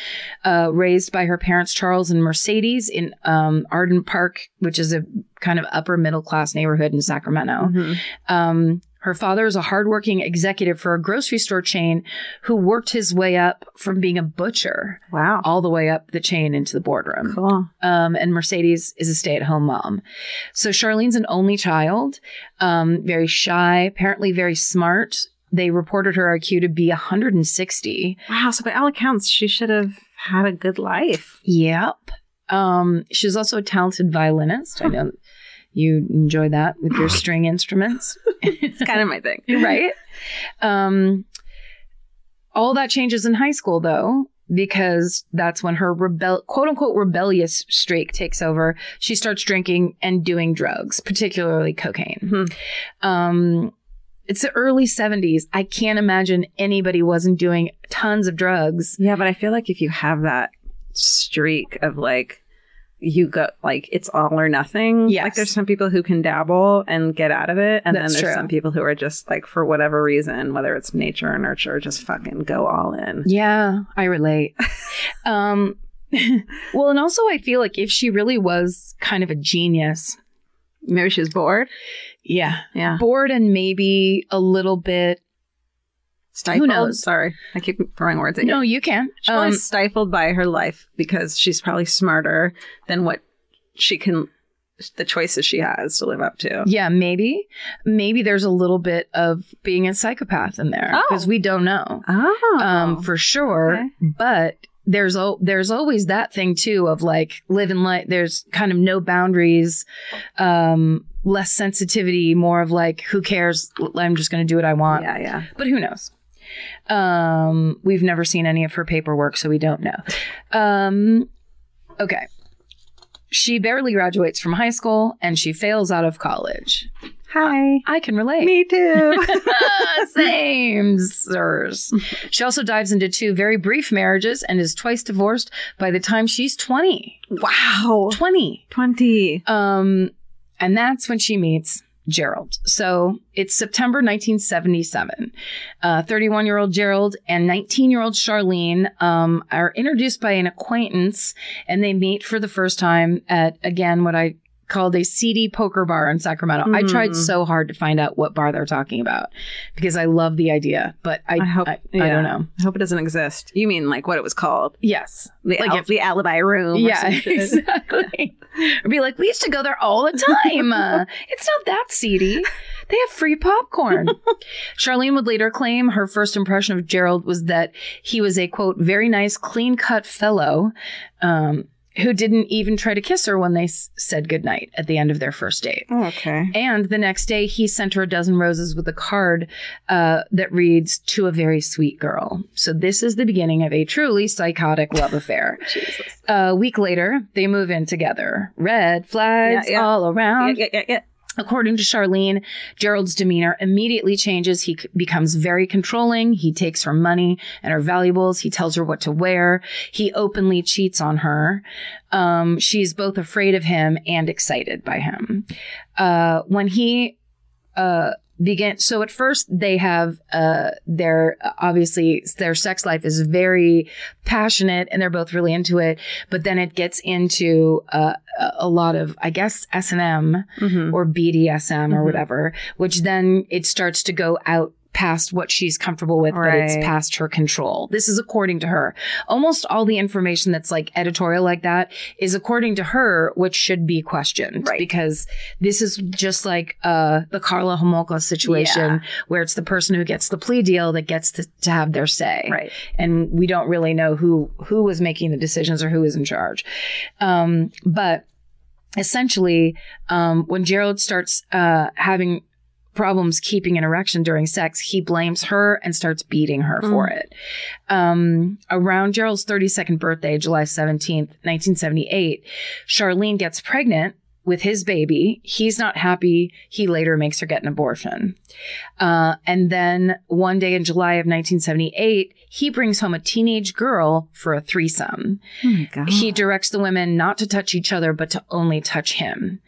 Speaker 1: Uh, raised by her parents, Charles and Mercedes, in um, Arden Park, which is a kind of upper middle class neighborhood in Sacramento. Um, her father is a hardworking executive for a grocery store chain who worked his way up from being a butcher
Speaker 2: Wow.
Speaker 1: all the way up the chain into the boardroom.
Speaker 2: Cool.
Speaker 1: Um, and Mercedes is a stay at home mom. So Charlene's an only child, um, very shy, apparently very smart. They reported her IQ to be 160.
Speaker 2: Wow. So by all accounts, she should have had a good life.
Speaker 1: Yep. Um, she's also a talented violinist. I know you enjoy that with your string instruments.
Speaker 2: It's kind of my thing.
Speaker 1: right? Um, all that changes in high school, though, because that's when her rebel, quote unquote, rebellious streak takes over. She starts drinking and doing drugs, particularly cocaine.
Speaker 2: Mhm.
Speaker 1: Um, it's the early 70s. I can't imagine anybody wasn't doing tons of drugs.
Speaker 2: Yeah, but I feel like if you have that streak of like you go like it's all or nothing.
Speaker 1: Yes.
Speaker 2: Like there's some people who can dabble and get out of it. And
Speaker 1: That's
Speaker 2: then there's
Speaker 1: true.
Speaker 2: some people who are just like for whatever reason, whether it's nature or nurture, just fucking go all in.
Speaker 1: Yeah, I relate. um, well, and also, I feel like if she really was kind of a genius,
Speaker 2: Maybe she was bored.
Speaker 1: yeah,
Speaker 2: Yeah.
Speaker 1: bored and maybe a little bit
Speaker 2: Stifled.
Speaker 1: knows?
Speaker 2: Sorry. I keep throwing words at you.
Speaker 1: No, you can.
Speaker 2: She's probably
Speaker 1: Um,
Speaker 2: stifled by her life because she's probably smarter than what she can the choices she has to live up to.
Speaker 1: yeah, maybe. Maybe there's a little bit of being a psychopath in there
Speaker 2: Oh.
Speaker 1: because we don't know
Speaker 2: Oh.
Speaker 1: um, for sure.
Speaker 2: Okay.
Speaker 1: But there's al- there's always that thing too of like living life. There's kind of no boundaries, um, less sensitivity, more of like who cares? L- I'm just going to do what I want.
Speaker 2: yeah, yeah.
Speaker 1: But who knows? Um, we've never seen any of her paperwork, so we don't know. Um, okay. She barely graduates from high school and she fails out of college.
Speaker 2: Uh, Hi.
Speaker 1: I can relate.
Speaker 2: Me too.
Speaker 1: Same, sirs. She also dives into two very brief marriages and is twice divorced by the time she's 20.
Speaker 2: wow.
Speaker 1: 20.
Speaker 2: 20.
Speaker 1: Um, and that's when she meets Gerald. So it's September 1977. 31 year old Gerald and 19 year old Charlene um, are introduced by an acquaintance and they meet for the first time at, again, what I called a seedy poker bar in Sacramento. I tried
Speaker 2: Mm.
Speaker 1: so hard to find out what bar they're talking about because I love the idea, but I,
Speaker 2: I hope-
Speaker 1: I, I
Speaker 2: yeah.
Speaker 1: don't know.
Speaker 2: I hope it doesn't exist. You mean like what it was called?
Speaker 1: Yes.
Speaker 2: The,
Speaker 1: Like
Speaker 2: al-
Speaker 1: if-
Speaker 2: the alibi room.
Speaker 1: Yeah,
Speaker 2: Or some shit.
Speaker 1: exactly. Or be like, we used to go there all the time. Uh, it's not that seedy. They have free popcorn. Charlene would later claim her first impression of Gerald was that he was a quote very nice, clean cut fellow um, who didn't even try to kiss her when they s- said goodnight at the end of their first date.
Speaker 2: Okay.
Speaker 1: And the next day, he sent her a dozen roses with a card uh, that reads, To a very sweet girl. So, this is the beginning of a truly psychotic love affair.
Speaker 2: Jesus.
Speaker 1: A week later, they move in together. Red flags
Speaker 2: Yeah, yeah.
Speaker 1: all around.
Speaker 2: yeah, yeah, yeah.
Speaker 1: According to Charlene, Gerald's demeanor immediately changes. He c- becomes very controlling. He takes her money and her valuables. He tells her what to wear. He openly cheats on her. Um, she's both afraid of him and excited by him. Uh, when he uh, began, so at first they have uh, their obviously their sex life is very passionate and they're both really into it. But then it gets into uh, a- a lot of, I guess, S and M
Speaker 2: Mhm.
Speaker 1: or BDSM or
Speaker 2: Mhm.
Speaker 1: whatever, which then it starts to go out past what she's comfortable with, but it's
Speaker 2: Right.
Speaker 1: past her control. This is according to her. Almost all the information that's like editorial like that is according to her, which should be questioned
Speaker 2: Right.
Speaker 1: because this is just like uh, the Carla Homolka situation
Speaker 2: Yeah.
Speaker 1: where it's the person who gets the plea deal that gets to, to have their say
Speaker 2: Right.
Speaker 1: and we don't really know who who was making the decisions or who was in charge. Um, but essentially, um, when Gerald starts uh, having problems keeping an erection during sex, he blames her and starts beating her for it. Um, around Gerald's 32nd birthday, July 17th, 1978, Charlene gets pregnant. With his baby, he's not happy. He later makes her get an abortion. Uh, and then one day in July of 1978, he brings home a teenage girl for a threesome.
Speaker 2: Oh my god.
Speaker 1: He directs the women not to touch each other, but to only touch him.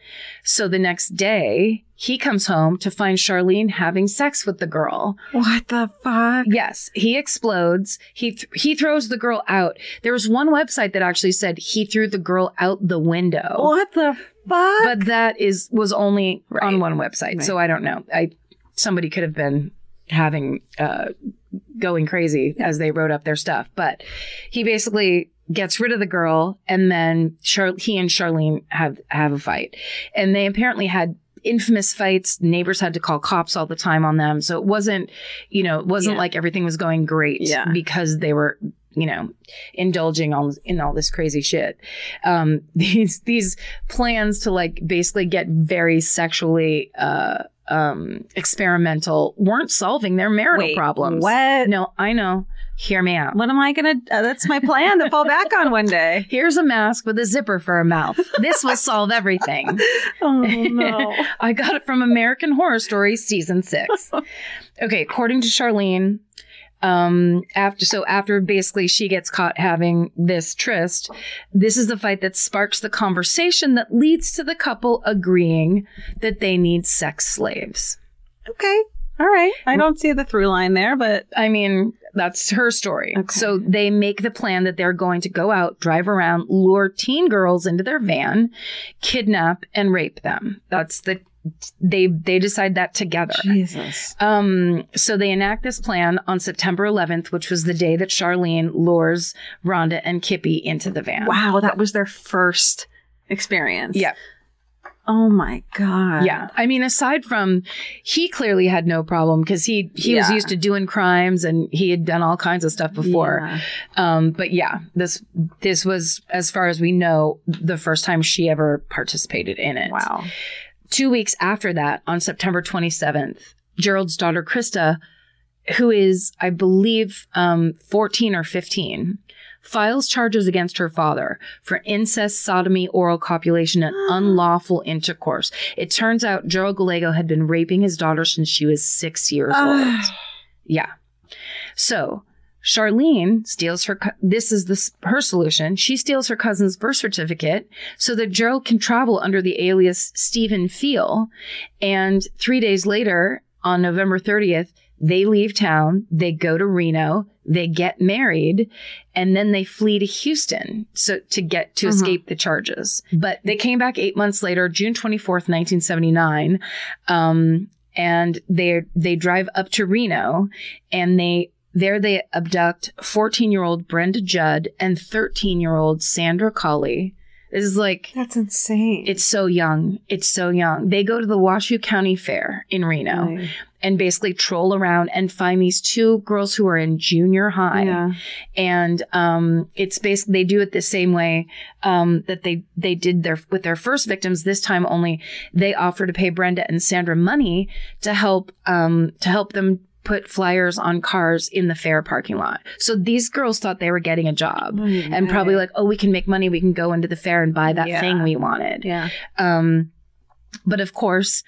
Speaker 1: So the next day, he comes home to find Charlene having sex with the girl.
Speaker 2: what the fuck?
Speaker 1: Yes, he explodes. He th- he throws the girl out. There was one website that actually said he threw the girl out the window
Speaker 2: What the fuck?
Speaker 1: but that is was only on
Speaker 2: Right.
Speaker 1: one website so i don't know i somebody could have been having uh going crazy as they wrote up their stuff but he basically gets rid of the girl and then Char- he and charlene have have a fight and they apparently had infamous fights neighbors had to call cops all the time on them so it wasn't you know it wasn't
Speaker 2: Yeah.
Speaker 1: like everything was going great
Speaker 2: Yeah.
Speaker 1: because they were you know indulging all in all this crazy shit um these these plans to like basically get very sexually uh um experimental weren't solving their marital
Speaker 2: Wait,
Speaker 1: problems
Speaker 2: What?
Speaker 1: no i know hear me out
Speaker 2: What am I gonna? Uh, that's my plan to fall back on one day.
Speaker 1: here's a mask with a zipper for a mouth this will solve everything
Speaker 2: Oh no.
Speaker 1: I got it from American Horror Story season six. Okay, according to Charlene, um, after so after basically she gets caught having this tryst, this is the fight that sparks the conversation that leads to the couple agreeing that they need sex slaves.
Speaker 2: okay. All right. I don't see the through line there, but
Speaker 1: I mean, that's her story.
Speaker 2: Okay.
Speaker 1: So they make the plan that they're going to go out, drive around, lure teen girls into their van, kidnap and rape them. That's the they they decide that together.
Speaker 2: Jesus.
Speaker 1: Um, so they enact this plan on September 11th, which was the day that Charlene lures Rhonda and Kippy into the van.
Speaker 2: Wow, that was their first experience.
Speaker 1: Yeah.
Speaker 2: Oh my god.
Speaker 1: Yeah. I mean, aside from he clearly had no problem because he he was
Speaker 2: Yeah.
Speaker 1: used to doing crimes and he had done all kinds of stuff before.
Speaker 2: Yeah.
Speaker 1: Um, but yeah, this this was, as far as we know, the first time she ever participated in it.
Speaker 2: Wow.
Speaker 1: Two weeks after that, on September 27th, Gerald's daughter, Krista, who is, I believe, um, 14 or 15, files charges against her father for incest, sodomy, oral copulation, and unlawful intercourse. It turns out Gerald Gallego had been raping his daughter since she was six years old.
Speaker 2: Ah.
Speaker 1: Yeah. So Charlene steals her. cou- This is the, s- her solution. She steals her cousin's birth certificate so that Gerald can travel under the alias Stephen Feel. And three days later, on November 30th, they leave town. They go to Reno. They get married, and then they flee to Houston so to get to
Speaker 2: Mhm.
Speaker 1: escape the charges. But they came back eight months later, June 24th, 1979. Um, and they they drive up to Reno and they there they abduct 14-year-old Brenda Judd and 13-year-old Sandra Colley. This is like
Speaker 2: That's insane.
Speaker 1: it's so young. It's so young. They go to the Washoe County Fair in Reno
Speaker 2: Right.
Speaker 1: and basically troll around and find these two girls who are in junior high
Speaker 2: Yeah.
Speaker 1: and um, it's basically they do it the same way um, that they they did their with their first victims. This time only they offer to pay Brenda and Sandra money to help um, to help them put flyers on cars in the fair parking lot. So these girls thought they were getting a job. And probably like, oh, we can make money. We can go into the fair and buy that
Speaker 2: Yeah.
Speaker 1: thing we wanted.
Speaker 2: Yeah.
Speaker 1: Um, but of course,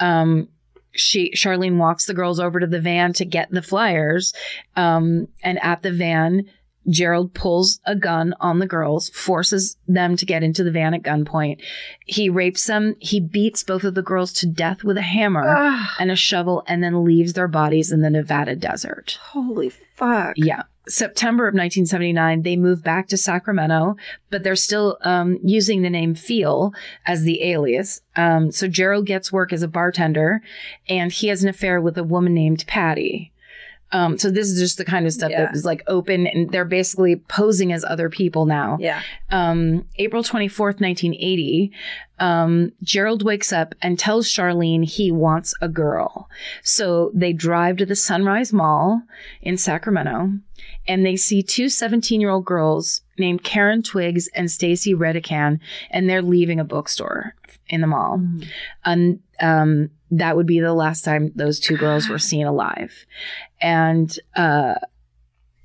Speaker 1: um, she Charlene walks the girls over to the van to get the flyers, um, and at the van, Gerald pulls a gun on the girls, forces them to get into the van at gunpoint. He rapes them. He beats both of the girls to death with a hammer
Speaker 2: Ah,
Speaker 1: and a shovel, and then leaves their bodies in the Nevada desert.
Speaker 2: holy fuck.
Speaker 1: Yeah. September of 1979, they moved back to Sacramento, but they're still um, using the name Feel as the alias. Um, so Gerald gets work as a bartender, and he has an affair with a woman named Patty. Um, so this is just the kind of stuff
Speaker 2: Yeah.
Speaker 1: that was like open, and they're basically posing as other people now
Speaker 2: Yeah.
Speaker 1: um, April 24th, 1980, um, Gerald wakes up and tells Charlene he wants a girl. So they drive to the Sunrise Mall in Sacramento and they see two 17 year old girls named Karen Twiggs and Stacy Redican, and they're leaving a bookstore in the mall. And um, that would be the last time those two girls were seen alive. And uh,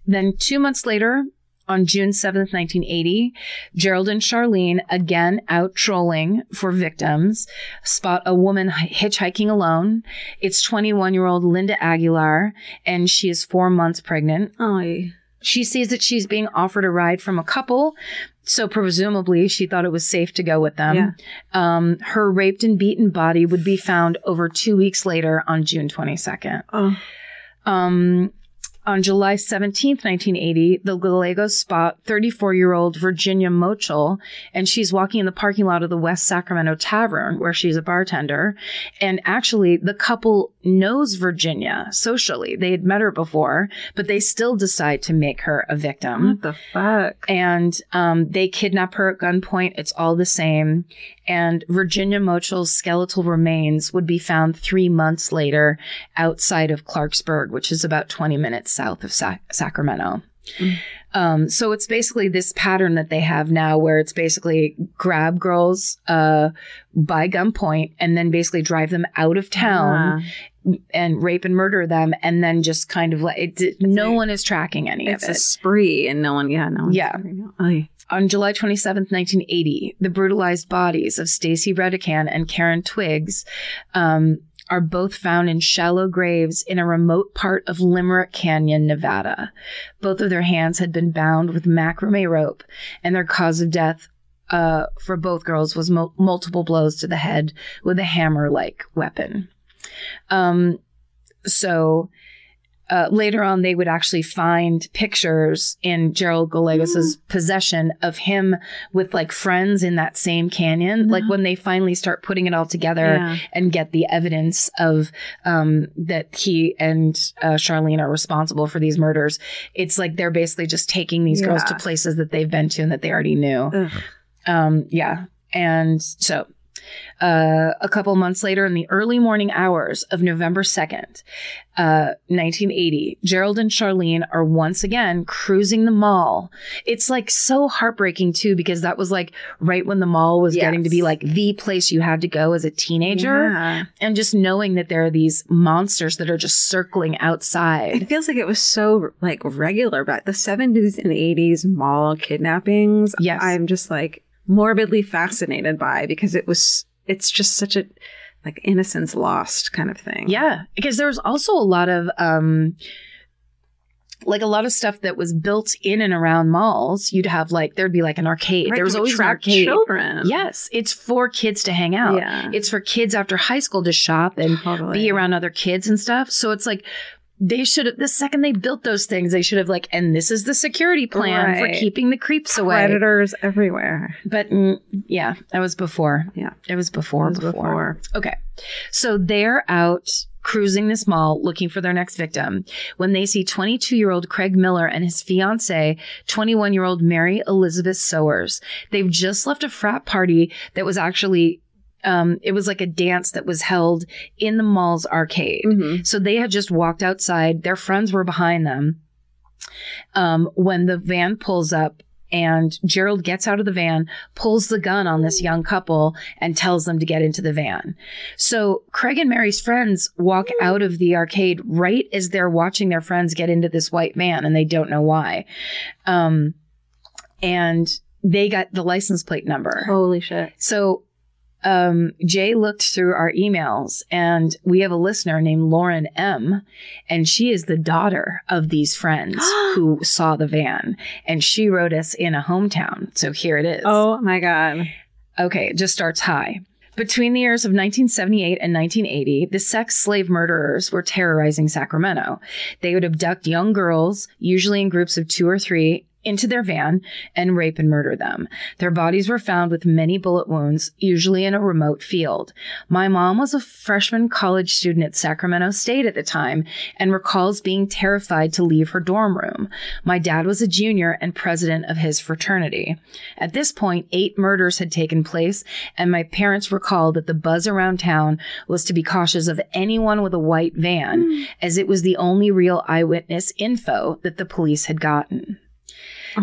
Speaker 1: then two months later, on June 7th, 1980, Gerald and Charlene, again out trolling for victims, spot a woman hi- hitchhiking alone. It's 21 year old Linda Aguilar, and she is four months pregnant.
Speaker 2: Oh,
Speaker 1: She sees that she's being offered a ride from a couple, so presumably she thought it was safe to go with them.
Speaker 2: Yeah.
Speaker 1: Um, her raped and beaten body would be found over two weeks later on June 22nd.
Speaker 2: oh.
Speaker 1: Um, on July 17th, 1980, the Gallegos spot 34 year old Virginia Mochel, and she's walking in the parking lot of the West Sacramento Tavern where she's a bartender. And actually, the couple knows Virginia socially. They had met her before, but they still decide to make her a victim.
Speaker 2: What the fuck?
Speaker 1: And um, they kidnap her at gunpoint. It's all the same. And Virginia Mochel's skeletal remains would be found three months later outside of Clarksburg, which is about 20 minutes south of Sa- Sacramento.
Speaker 2: Mm.
Speaker 1: Um, so it's basically this pattern that they have now where it's basically grab girls uh, by gunpoint and then basically drive them out of town
Speaker 2: Yeah.
Speaker 1: and rape and murder them and then just kind of like it, no
Speaker 2: a-
Speaker 1: one is tracking any
Speaker 2: It's
Speaker 1: of
Speaker 2: a
Speaker 1: it.
Speaker 2: spree, and no one. Yeah, no one.
Speaker 1: Yeah.
Speaker 2: Oy.
Speaker 1: On July 27th, 1980, the brutalized bodies of Stacy Redican and Karen Twiggs um, are both found in shallow graves in a remote part of Limerick Canyon, Nevada. Both of their hands had been bound with macrame rope, and their cause of death uh, for both girls was mul- multiple blows to the head with a hammer like weapon. Um, so uh, later on, they would actually find pictures in Gerald Gallegos's possession of him with like friends in that same canyon. Like
Speaker 2: No.
Speaker 1: when they finally start putting it all together
Speaker 2: Yeah.
Speaker 1: and get the evidence of um, that he and uh, Charlene are responsible for these murders, it's like they're basically just taking these girls to
Speaker 2: Yeah.
Speaker 1: places that they've been to and that they already knew.
Speaker 2: Ugh.
Speaker 1: Um, yeah. And so uh, a couple months later, in the early morning hours of November 2nd, uh, 1980, Gerald and Charlene are once again cruising the mall. It's like so heartbreaking, too, because that was like right when the mall was getting to be
Speaker 2: Yes.
Speaker 1: like the place you had to go as a teenager.
Speaker 2: Yeah.
Speaker 1: And just knowing that there are these monsters that are just circling outside.
Speaker 2: It feels like it was so like regular back the 70s and 80s mall kidnappings.
Speaker 1: Yes.
Speaker 2: I'm just like morbidly fascinated by because it was it's just such a like innocence lost kind of thing.
Speaker 1: Yeah, because there was also a lot of um like a lot of stuff that was built in and around malls. You'd have like there'd be like an arcade.
Speaker 2: Right,
Speaker 1: there was
Speaker 2: to
Speaker 1: always an
Speaker 2: attract
Speaker 1: arcade.
Speaker 2: children.
Speaker 1: Yes, it's for kids to hang out.
Speaker 2: Yeah.
Speaker 1: It's for kids after high school to shop and
Speaker 2: totally.
Speaker 1: be around other kids and stuff. So it's like they should have the second they built those things, they should have like, and this is the security plan for
Speaker 2: Right.
Speaker 1: keeping the creeps away.
Speaker 2: predators everywhere.
Speaker 1: But mm, yeah, that was before.
Speaker 2: Yeah.
Speaker 1: It was before.
Speaker 2: It was
Speaker 1: before. Okay. So they're out cruising this mall looking for their next victim when they see 22 year old Craig Miller and his fiancee, 21 year old Mary Elizabeth Sowers. They've just left a frat party that was actually, um, it was like a dance that was held in the mall's arcade.
Speaker 2: Mhm.
Speaker 1: So they had just walked outside. Their friends were behind them um, when the van pulls up. And Gerald gets out of the van, pulls the gun on this young couple, and tells them to get into the van. So Craig and Mary's friends walk out of the arcade right as they're watching their friends get into this white van, and they don't know why. Um, and they got the license plate number.
Speaker 2: Holy shit.
Speaker 1: So um, Jay looked through our emails, and we have a listener named Lauren M, and she is the daughter of these friends who saw the van, and she wrote us in a hometown. So here it is.
Speaker 2: Oh my god.
Speaker 1: Okay, it just starts high. Between the years of 1978 and 1980, the sex slave murderers were terrorizing Sacramento. They would abduct young girls, usually in groups of two or three, into their van and rape and murder them. Their bodies were found with many bullet wounds, usually in a remote field. My mom was a freshman college student at Sacramento State at the time and recalls being terrified to leave her dorm room. My dad was a junior and president of his fraternity. At this point, eight murders had taken place, and my parents recall that the buzz around town was to be cautious of anyone with a white van, as it was the only real eyewitness info that the police had gotten.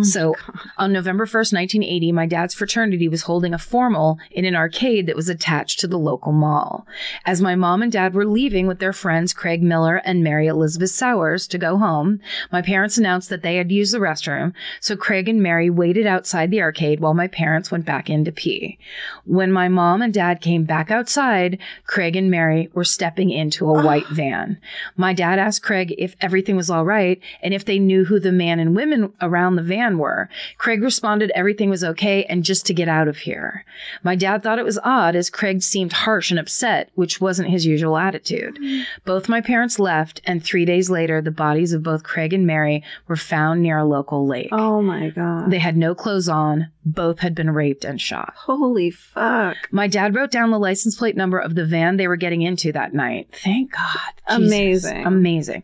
Speaker 1: So on November 1st, 1980, my dad's fraternity was holding a formal in an arcade that was attached to the local mall. As my mom and dad were leaving with their friends Craig Miller and Mary Elizabeth Sowers to go home, my parents announced that they had used the restroom, so Craig and Mary waited outside the arcade while my parents went back in to pee. When my mom and dad came back outside, Craig and Mary were stepping into a white van. My dad asked Craig if everything was all right and if they knew who the man and women around the van were. Craig responded everything was okay and just to get out of here. My dad thought it was odd as Craig seemed harsh and upset, which wasn't his usual attitude. Both my parents left, and three days later, the bodies of both Craig and Mary were found near a local lake.
Speaker 2: Oh my god.
Speaker 1: They had no clothes on, both had been raped and shot.
Speaker 2: Holy fuck.
Speaker 1: My dad wrote down the license plate number of the van they were getting into that night. Thank God. Jesus.
Speaker 2: Amazing.
Speaker 1: Amazing.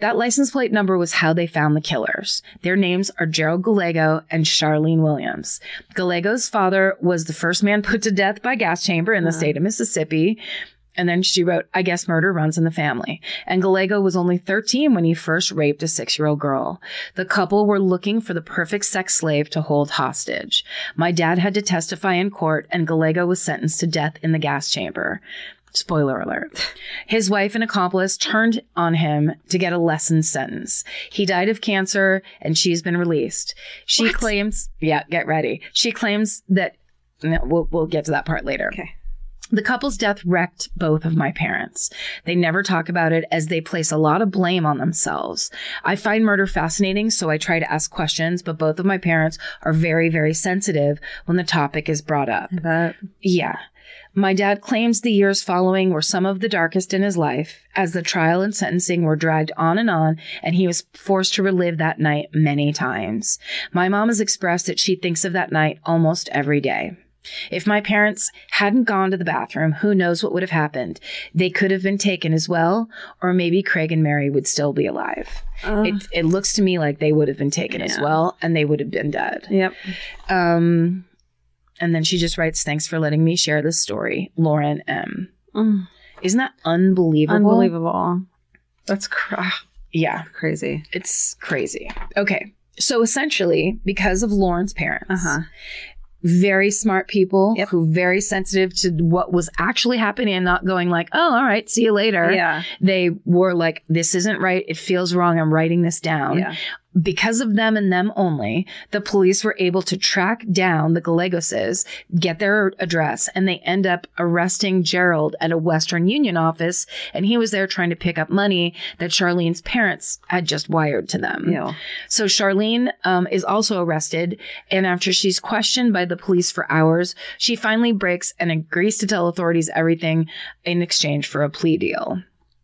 Speaker 1: That license plate number was how they found the killers. Their names are Gerald Gallego and Charlene Williams. Gallego's father was the first man put to death by gas chamber in the state of Mississippi. And then she wrote, I guess murder runs in the family. And Gallego was only 13 when he first raped a six year old girl. The couple were looking for the perfect sex slave to hold hostage. My dad had to testify in court, and Gallego was sentenced to death in the gas chamber. Spoiler alert. His wife and accomplice turned on him to get a lessened sentence. He died of cancer and she's been released. She claims, yeah, get ready. She claims that, no, we'll, we'll get to that part later.
Speaker 2: Okay.
Speaker 1: The couple's death wrecked both of my parents. They never talk about it as they place a lot of blame on themselves. I find murder fascinating, so I try to ask questions, but both of my parents are very, very sensitive when the topic is brought up.
Speaker 2: That
Speaker 1: Yeah. My dad claims the years following were some of the darkest in his life, as the trial and sentencing were dragged on and on, and he was forced to relive that night many times. My mom has expressed that she thinks of that night almost every day. If my parents hadn't gone to the bathroom, who knows what would have happened? They could have been taken as well, or maybe Craig and Mary would still be alive.
Speaker 2: uh,
Speaker 1: It, it looks to me like they would have been taken as
Speaker 2: Yeah.
Speaker 1: well, and they would have been dead.
Speaker 2: Yep.
Speaker 1: Um, and then she just writes, "Thanks for letting me share this story, Lauren M."
Speaker 2: Mm.
Speaker 1: Isn't that unbelievable?
Speaker 2: Unbelievable. That's cra-
Speaker 1: Yeah,
Speaker 2: crazy.
Speaker 1: it's crazy. Okay, so essentially, because of Lauren's parents,
Speaker 2: Uh-huh.
Speaker 1: very smart people
Speaker 2: Yep.
Speaker 1: who very sensitive to what was actually happening and not going like, "Oh, all right, see you later."
Speaker 2: Yeah.
Speaker 1: They were like, "This isn't right. It feels wrong. I'm writing this down."
Speaker 2: Yeah.
Speaker 1: because of them and them only, the police were able to track down the Gallegoses, get their address, and they end up arresting Gerald at a Western Union office. And he was there trying to pick up money that Charlene's parents had just wired to them.
Speaker 2: Ew.
Speaker 1: So Charlene um, is also arrested, and after she's questioned by the police for hours, she finally breaks and agrees to tell authorities everything in exchange for a plea deal,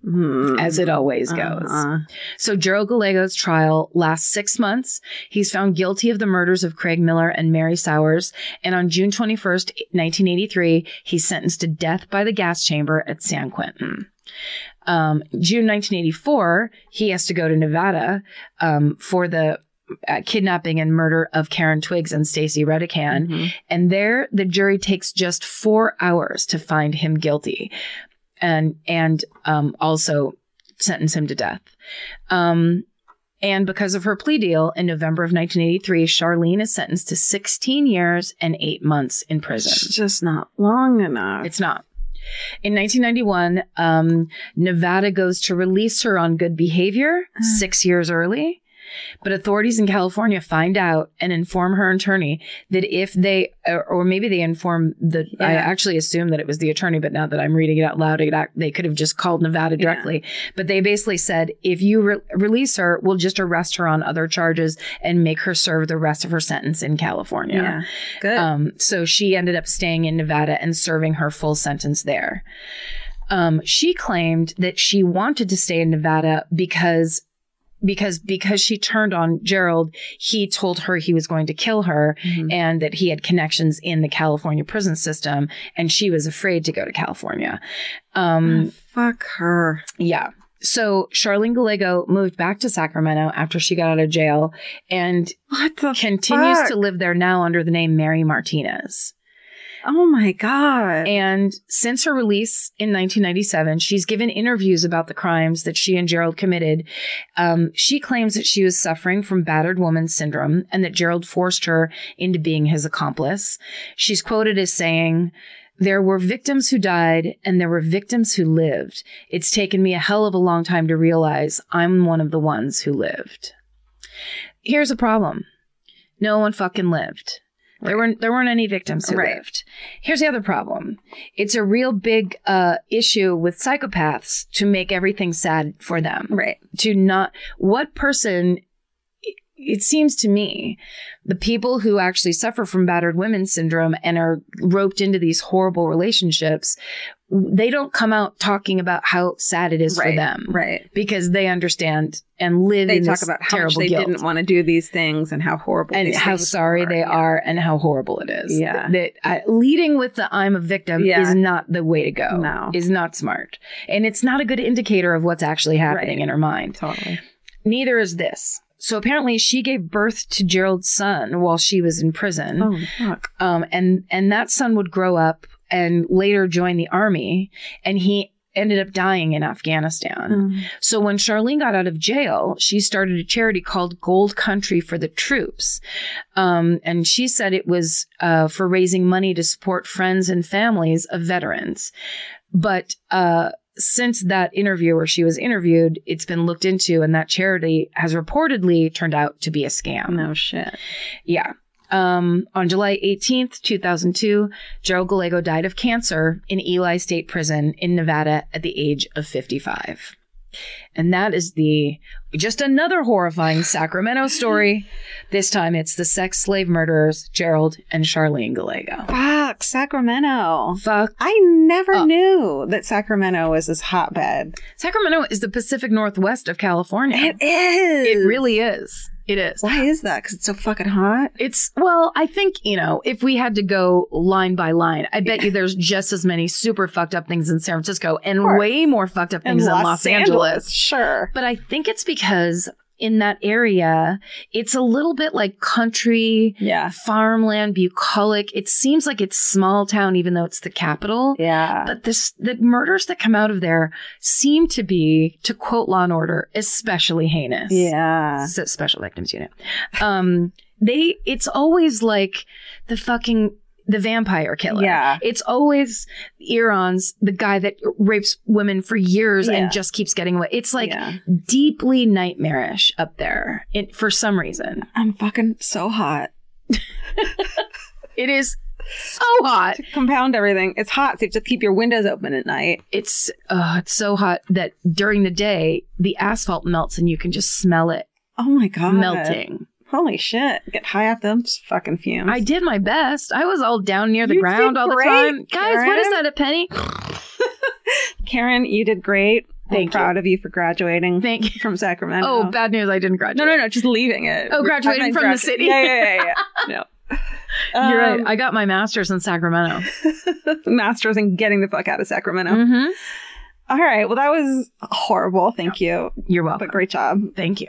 Speaker 2: Mm.
Speaker 1: as it always goes.
Speaker 2: Uh-uh.
Speaker 1: So Gerald Gallego's trial lasts six months. He's found guilty of the murders of Craig Miller and Mary Sowers. And on June 21st, 1983, he's sentenced to death by the gas chamber at San Quentin. Um, June 1984, he has to go to Nevada um, for the uh, kidnapping and murder of Karen Twiggs and Stacey Redican.
Speaker 2: Mhm.
Speaker 1: And there, the jury takes just four hours to find him guilty, and and um, also sentence him to death. Um, and because of her plea deal in November of 1983, Charlene is sentenced to 16 years and eight months in prison.
Speaker 2: It's just not long enough.
Speaker 1: It's not. In 1991,
Speaker 2: Mm.
Speaker 1: um, Nevada goes to release her on good behavior six years early. But authorities in California find out and inform her attorney that if they, or, or maybe they inform the, I
Speaker 2: Yeah.
Speaker 1: actually assume that it was the attorney, but now that I'm reading it out loud, it, act- they could have just called Nevada
Speaker 2: Yeah.
Speaker 1: directly. But they basically said, if you re- release her, we'll just arrest her on other charges and make her serve the rest of her sentence in California.
Speaker 2: Good.
Speaker 1: Um, so she ended up staying in Nevada and serving her full sentence there. Um, she claimed that she wanted to stay in Nevada because because because she turned on Gerald, he told her he was going to kill her
Speaker 2: Mhm.
Speaker 1: and that he had connections in the California prison system, and she was afraid to go to California. Um,
Speaker 2: Oh, fuck her.
Speaker 1: yeah. So Charlene Gallego moved back to Sacramento after she got out of jail and
Speaker 2: What the?
Speaker 1: continues
Speaker 2: fuck?
Speaker 1: to live there now under the name Mary Martinez.
Speaker 2: oh my god.
Speaker 1: And since her release in 1997, she's given interviews about the crimes that she and Gerald committed. Um, she claims that she was suffering from battered woman syndrome and that Gerald forced her into being his accomplice. She's quoted as saying, there were victims who died and there were victims who lived. It's taken me a hell of a long time to realize I'm one of the ones who lived. Here's a problem. No one fucking lived. There weren't there weren't any victims who
Speaker 2: Right.
Speaker 1: lived. Here's the other problem. It's a real big uh, issue with psychopaths to make everything sad for them
Speaker 2: right.
Speaker 1: to not what person it- it seems to me the people who actually suffer from battered women syndrome and are roped into these horrible relationships they don't come out talking about how sad it is for
Speaker 2: Right,
Speaker 1: them
Speaker 2: Right.
Speaker 1: because they understand and live
Speaker 2: They
Speaker 1: in
Speaker 2: talk
Speaker 1: this
Speaker 2: about how
Speaker 1: terrible
Speaker 2: much they
Speaker 1: guilt
Speaker 2: didn't want to do these things and how horrible
Speaker 1: and
Speaker 2: these
Speaker 1: how
Speaker 2: things
Speaker 1: sorry
Speaker 2: were.
Speaker 1: they
Speaker 2: Yeah.
Speaker 1: are and how horrible it is
Speaker 2: Yeah.
Speaker 1: that uh, leading with the i'm a victim
Speaker 2: Yeah.
Speaker 1: is not the way to go
Speaker 2: No.
Speaker 1: is not smart and it's not a good indicator of what's actually happening
Speaker 2: Right.
Speaker 1: in her mind
Speaker 2: Totally.
Speaker 1: Neither is this. So apparently, she gave birth to Gerald's son while she was in prison,
Speaker 2: Oh fuck.
Speaker 1: um, and and that son would grow up and later join the army, and he ended up dying in Afghanistan. So when Charlene got out of jail, she started a charity called Gold Country for the Troops, um, and she said it was uh, for raising money to support friends and families of veterans. But uh, since that interview where she was interviewed, it's been looked into, and that charity has reportedly turned out to be a scam.
Speaker 2: no shit.
Speaker 1: Yeah. Um, on July 18th, 2002, Gerald Gallego died of cancer in Eli State Prison in Nevada at the age of 55. And that is the just another horrifying Sacramento story. This time it's the sex slave murderers, Gerald and Charlene Gallego.
Speaker 2: Fuck Sacramento.
Speaker 1: Fuck.
Speaker 2: I never
Speaker 1: Up.
Speaker 2: knew that Sacramento was this hotbed.
Speaker 1: Sacramento is the Pacific Northwest of California.
Speaker 2: It is.
Speaker 1: It really is. It is.
Speaker 2: Why is that? Because it's so fucking hot.
Speaker 1: It's well, I think, you know, if we had to go line by line, I bet you there's just as many super fucked up things in San Francisco and
Speaker 2: Sure.
Speaker 1: way more fucked up things in Los Angeles.
Speaker 2: Sure.
Speaker 1: But I think it's because in that area, it's a little bit like country,
Speaker 2: Yeah.
Speaker 1: farmland, bucolic. It seems like it's small town, even though it's the capital.
Speaker 2: Yeah.
Speaker 1: But this, the murders that come out of there seem to be, to quote Law and Order, especially heinous
Speaker 2: yeah.
Speaker 1: s- special victims unit. Um, they it's always like the fucking the vampire killer.
Speaker 2: Yeah.
Speaker 1: It's always Eron's the guy that rapes women for years
Speaker 2: Yeah.
Speaker 1: and just keeps getting away. It's like
Speaker 2: Yeah.
Speaker 1: deeply nightmarish up there it, for some reason.
Speaker 2: I'm fucking so hot.
Speaker 1: It is so hot.
Speaker 2: To compound everything, it's hot. So you have to keep your windows open at night.
Speaker 1: It's uh, it's so hot that during the day the asphalt melts and you can just smell it
Speaker 2: Oh my god.
Speaker 1: melting.
Speaker 2: Holy shit. Get high off them fucking fumes.
Speaker 1: I did my best. I was all down near the
Speaker 2: You did
Speaker 1: ground all the
Speaker 2: great,
Speaker 1: time. Guys, what is
Speaker 2: Karen.
Speaker 1: that a penny?
Speaker 2: Karen, you did great.
Speaker 1: Thank you.
Speaker 2: I'm proud of you for graduating
Speaker 1: Thank you.
Speaker 2: from Sacramento.
Speaker 1: Oh, bad news! I didn't graduate.
Speaker 2: No, no, no. Just leaving it.
Speaker 1: Oh,
Speaker 2: I
Speaker 1: graduating
Speaker 2: meant
Speaker 1: from the city.
Speaker 2: Yeah, yeah, yeah, yeah. no.
Speaker 1: You're
Speaker 2: Um,
Speaker 1: right. I got my master's in Sacramento.
Speaker 2: masters and getting the fuck out of Sacramento.
Speaker 1: Mhm.
Speaker 2: All right. Well, that was horrible. Thank you.
Speaker 1: You're welcome.
Speaker 2: But great job.
Speaker 1: Thank you.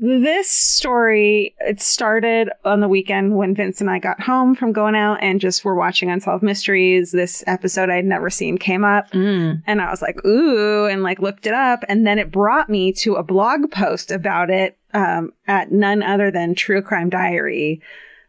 Speaker 2: This story, it started on the weekend when Vince and I got home from going out and just were watching Unsolved Mysteries. This episode I'd never seen came up.
Speaker 1: Mm.
Speaker 2: And I was like, ooh, and like looked it up. And then it brought me to a blog post about it um, at none other than True Crime Diary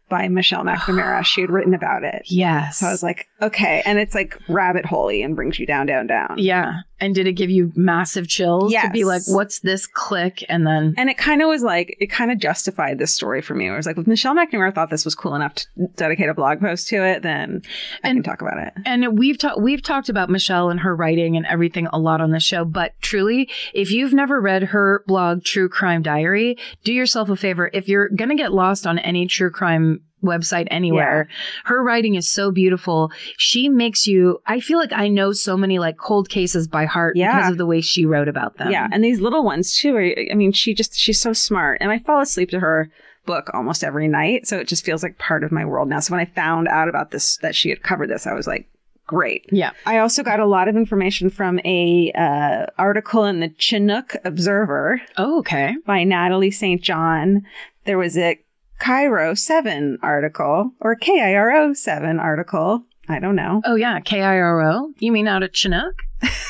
Speaker 2: by Michelle McNamara. she had written about it.
Speaker 1: Yes.
Speaker 2: So I was like, okay. And it's like rabbit holey and brings you down, down, down.
Speaker 1: yeah. And did it give you massive chills to be
Speaker 2: Yes.
Speaker 1: like, what's this click? And then
Speaker 2: And it kind of was like, it kind of justified this story for me. It was like, if Michelle McNamara thought this was cool enough to dedicate a blog post to it, then I
Speaker 1: And-
Speaker 2: can talk about it.
Speaker 1: And we've talked we've talked about Michelle and her writing and everything a lot on the show, but truly, if you've never read her blog True Crime Diary, do yourself a favor. If you're going to get lost on any true crime website anywhere, her writing is so beautiful. She makes you I feel like I know so many like cold cases by heart
Speaker 2: Yeah.
Speaker 1: because of the way she wrote about them.
Speaker 2: Yeah. And these little ones too. Are, I mean, she just, she's so smart. And I fall asleep to her book almost every night. So it just feels like part of my world now. So when I found out about this, that she had covered this, I was like, great.
Speaker 1: Yeah.
Speaker 2: I also got a lot of information from a uh, article in the Chinook Observer
Speaker 1: Oh, okay.
Speaker 2: by Natalie St. John. There was a Cairo 7 article or KIRO 7 article. I don't know.
Speaker 1: Oh yeah, K I R O. You mean out of Chinook?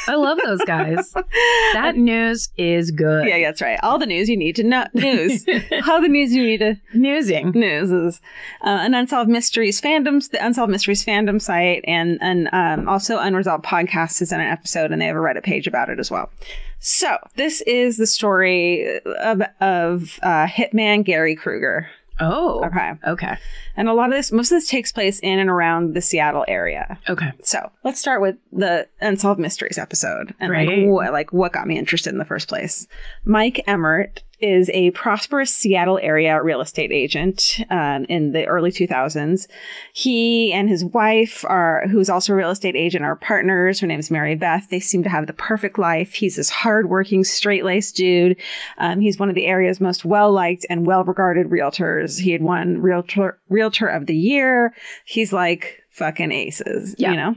Speaker 1: I love those guys. that news is good.
Speaker 2: yeah, yeah, that's right. All the news you need to know. News. All the news you need to
Speaker 1: Newsing.
Speaker 2: news is uh, an unsolved mysteries fandoms the unsolved mysteries fandom site and and um, also unresolved podcast is in an episode and they have a reddit page about it as well so this is the story of, of uh, hitman gary kruger
Speaker 1: Oh.
Speaker 2: okay
Speaker 1: Okay.
Speaker 2: and a lot of this most of this takes place in and around the seattle area
Speaker 1: Okay.
Speaker 2: so let's start with the unsolved mysteries episode and
Speaker 1: Great.
Speaker 2: like, what, like what got me interested in the first place. Mike Emmert is a prosperous Seattle area real estate agent um, in the early 2000s. He and his wife are, who's also a real estate agent, are partners. Her name's Mary Beth. They seem to have the perfect life. He's this hardworking, straight-laced dude. Um, he's one of the area's most well-liked and well-regarded realtors. He had won realtor realtor of the year. He's like fucking aces,
Speaker 1: Yeah.
Speaker 2: you know.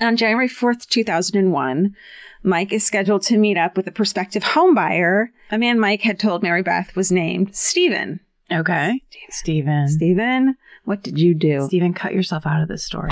Speaker 2: On January 4th, 2001, Mike is scheduled to meet up with a prospective homebuyer, a man Mike had told Mary Beth was named Stephen.
Speaker 1: Okay. Steven. Steven.
Speaker 2: Steven, what did you do?
Speaker 1: cut yourself out of this story.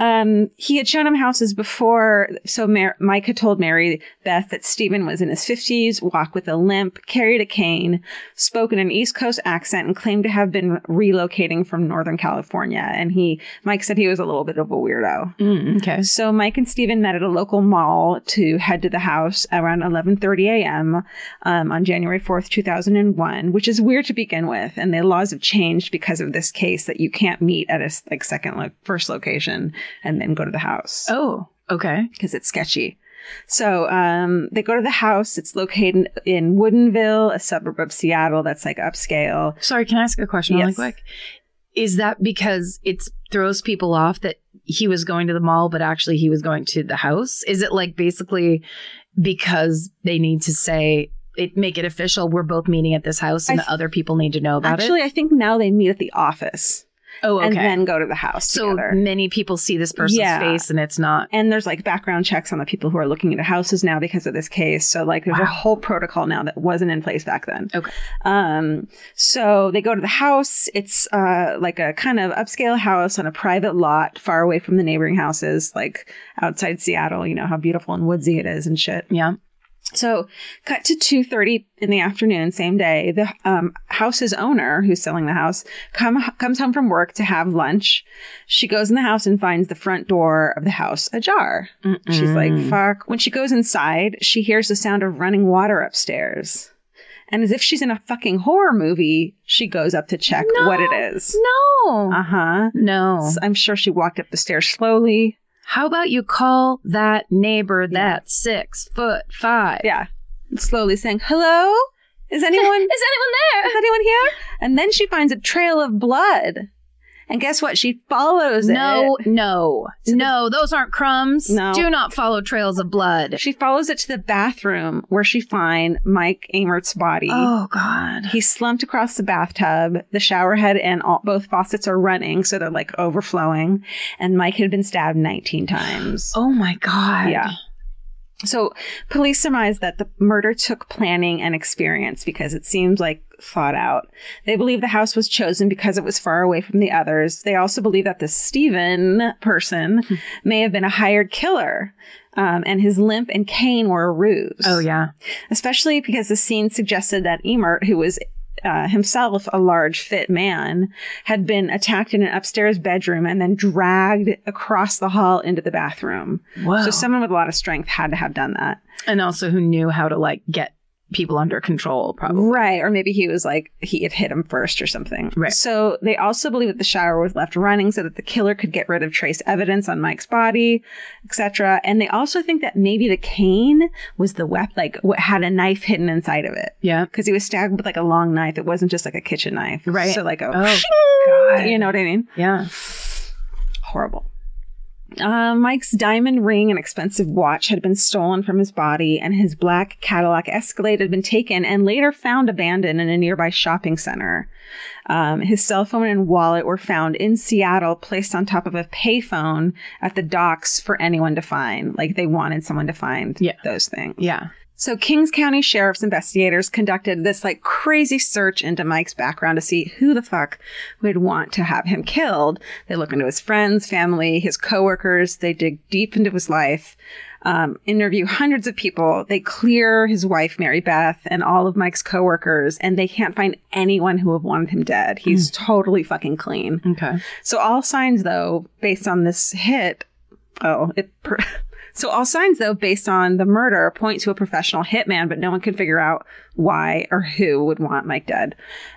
Speaker 2: Um, he had shown him houses before. So Mar- Mike had told Mary Beth that Stephen was in his 50s, walked with a limp, carried a cane, spoke in an East Coast accent, and claimed to have been relocating from Northern California. And he, Mike said he was a little bit of a weirdo.
Speaker 1: Mm, okay.
Speaker 2: So Mike and Stephen met at a local mall to head to the house around 11:30 a.m. Um, on January 4th, 2001, which is weird to begin with, and the laws have changed because of this case that you can't meet at a s- like second lo- first location and then go to the house
Speaker 1: Oh, okay.
Speaker 2: because it's sketchy. So um, they go to the house. It's located in Woodinville, a suburb of Seattle that's like upscale.
Speaker 1: Sorry, can I ask a question really
Speaker 2: Yes.
Speaker 1: quick? Is that because it throws people off that he was going to the mall, but actually he was going to the house? Is it like basically because they need to say it, make it official? We're both meeting at this house, and
Speaker 2: I th-
Speaker 1: the other people need to know about
Speaker 2: Actually,
Speaker 1: it.
Speaker 2: I think now they meet at the office
Speaker 1: Oh, okay.
Speaker 2: and then go to the house
Speaker 1: so
Speaker 2: together.
Speaker 1: many people see this person's
Speaker 2: Yeah.
Speaker 1: face, and it's not.
Speaker 2: and there's like background checks on the people who are looking into houses now because of this case. So like there's
Speaker 1: Wow.
Speaker 2: a whole protocol now that wasn't in place back then.
Speaker 1: Okay.
Speaker 2: Um, so they go to the house. It's uh like a kind of upscale house on a private lot far away from the neighboring houses, like outside Seattle. You know how beautiful and woodsy it is and shit.
Speaker 1: Yeah.
Speaker 2: So, cut to two thirty in the afternoon, same day. The um, house's owner, who's selling the house, come comes home from work to have lunch. She goes in the house and finds the front door of the house ajar. She's like,
Speaker 1: Mm-mm.
Speaker 2: "Fuck!" When she goes inside, she hears the sound of running water upstairs, and as if she's in a fucking horror movie, she goes up to check
Speaker 1: No.
Speaker 2: what it is.
Speaker 1: no,
Speaker 2: Uh huh.
Speaker 1: no.
Speaker 2: I'm sure she walked up the stairs slowly.
Speaker 1: How about you call that neighbor
Speaker 2: Yeah.
Speaker 1: that's six foot five?
Speaker 2: Yeah, slowly saying, "Hello, is anyone?"
Speaker 1: Is anyone
Speaker 2: is anyone here? And then she finds a trail of blood. And guess what? She follows
Speaker 1: No, no,
Speaker 2: So the-
Speaker 1: no. Those aren't crumbs.
Speaker 2: No.
Speaker 1: Do not follow trails of blood.
Speaker 2: it. She follows it to the bathroom where she finds Mike Amert's body.
Speaker 1: Oh God.
Speaker 2: He slumped across the bathtub. The shower head and all, both faucets are running, so they're like overflowing. And Mike had been stabbed 19 times.
Speaker 1: Oh my God.
Speaker 2: Yeah. So police surmise that the murder took planning and experience because it seems like thought out. They believe the house was chosen because it was far away from the others. They also believe that the Stephen person
Speaker 1: Hmm.
Speaker 2: may have been a hired killer. Um, and his limp and cane were a ruse.
Speaker 1: Oh yeah.
Speaker 2: Especially because the scene suggested that Emert, who was uh, himself a large, fit man, had been attacked in an upstairs bedroom and then dragged across the hall into the bathroom.
Speaker 1: Whoa.
Speaker 2: So someone with a lot of strength had to have done that.
Speaker 1: and also who knew how to like get people under control? Probably.
Speaker 2: Right. Or maybe he was like, he had hit him first or something.
Speaker 1: Right.
Speaker 2: So they also believe that the shower was left running so that the killer could get rid of trace evidence on Mike's body, etc. And they also think that maybe the cane was the weapon, like what had a knife hidden inside of it.
Speaker 1: Yeah.
Speaker 2: Because he was stabbed with like a long knife. It wasn't just like a kitchen knife.
Speaker 1: Right.
Speaker 2: So like a
Speaker 1: Oh, God.
Speaker 2: you know what I mean?
Speaker 1: Yeah.
Speaker 2: horrible. Uh, Mike's diamond ring and expensive watch had been stolen from his body, and his black Cadillac Escalade had been taken and later found abandoned in a nearby shopping center. Um, his cell phone and wallet were found in Seattle, placed on top of a payphone at the docks for anyone to find. Like they wanted someone to find
Speaker 1: Yeah.
Speaker 2: those things.
Speaker 1: Yeah.
Speaker 2: So Kings County Sheriff's investigators conducted this like crazy search into Mike's background to see who the fuck would want to have him killed. They look into his friends, family, his coworkers. They dig deep into his life, um, interview hundreds of people. They clear his wife, Mary Beth, and all of Mike's coworkers, and they can't find anyone who would wanted him dead. He's totally fucking clean.
Speaker 1: Okay.
Speaker 2: So all signs, though, based on this hit, oh, it. Per- so all signs, though, based on the murder, point to a professional hitman, but no one can figure out why or who would want Mike dead.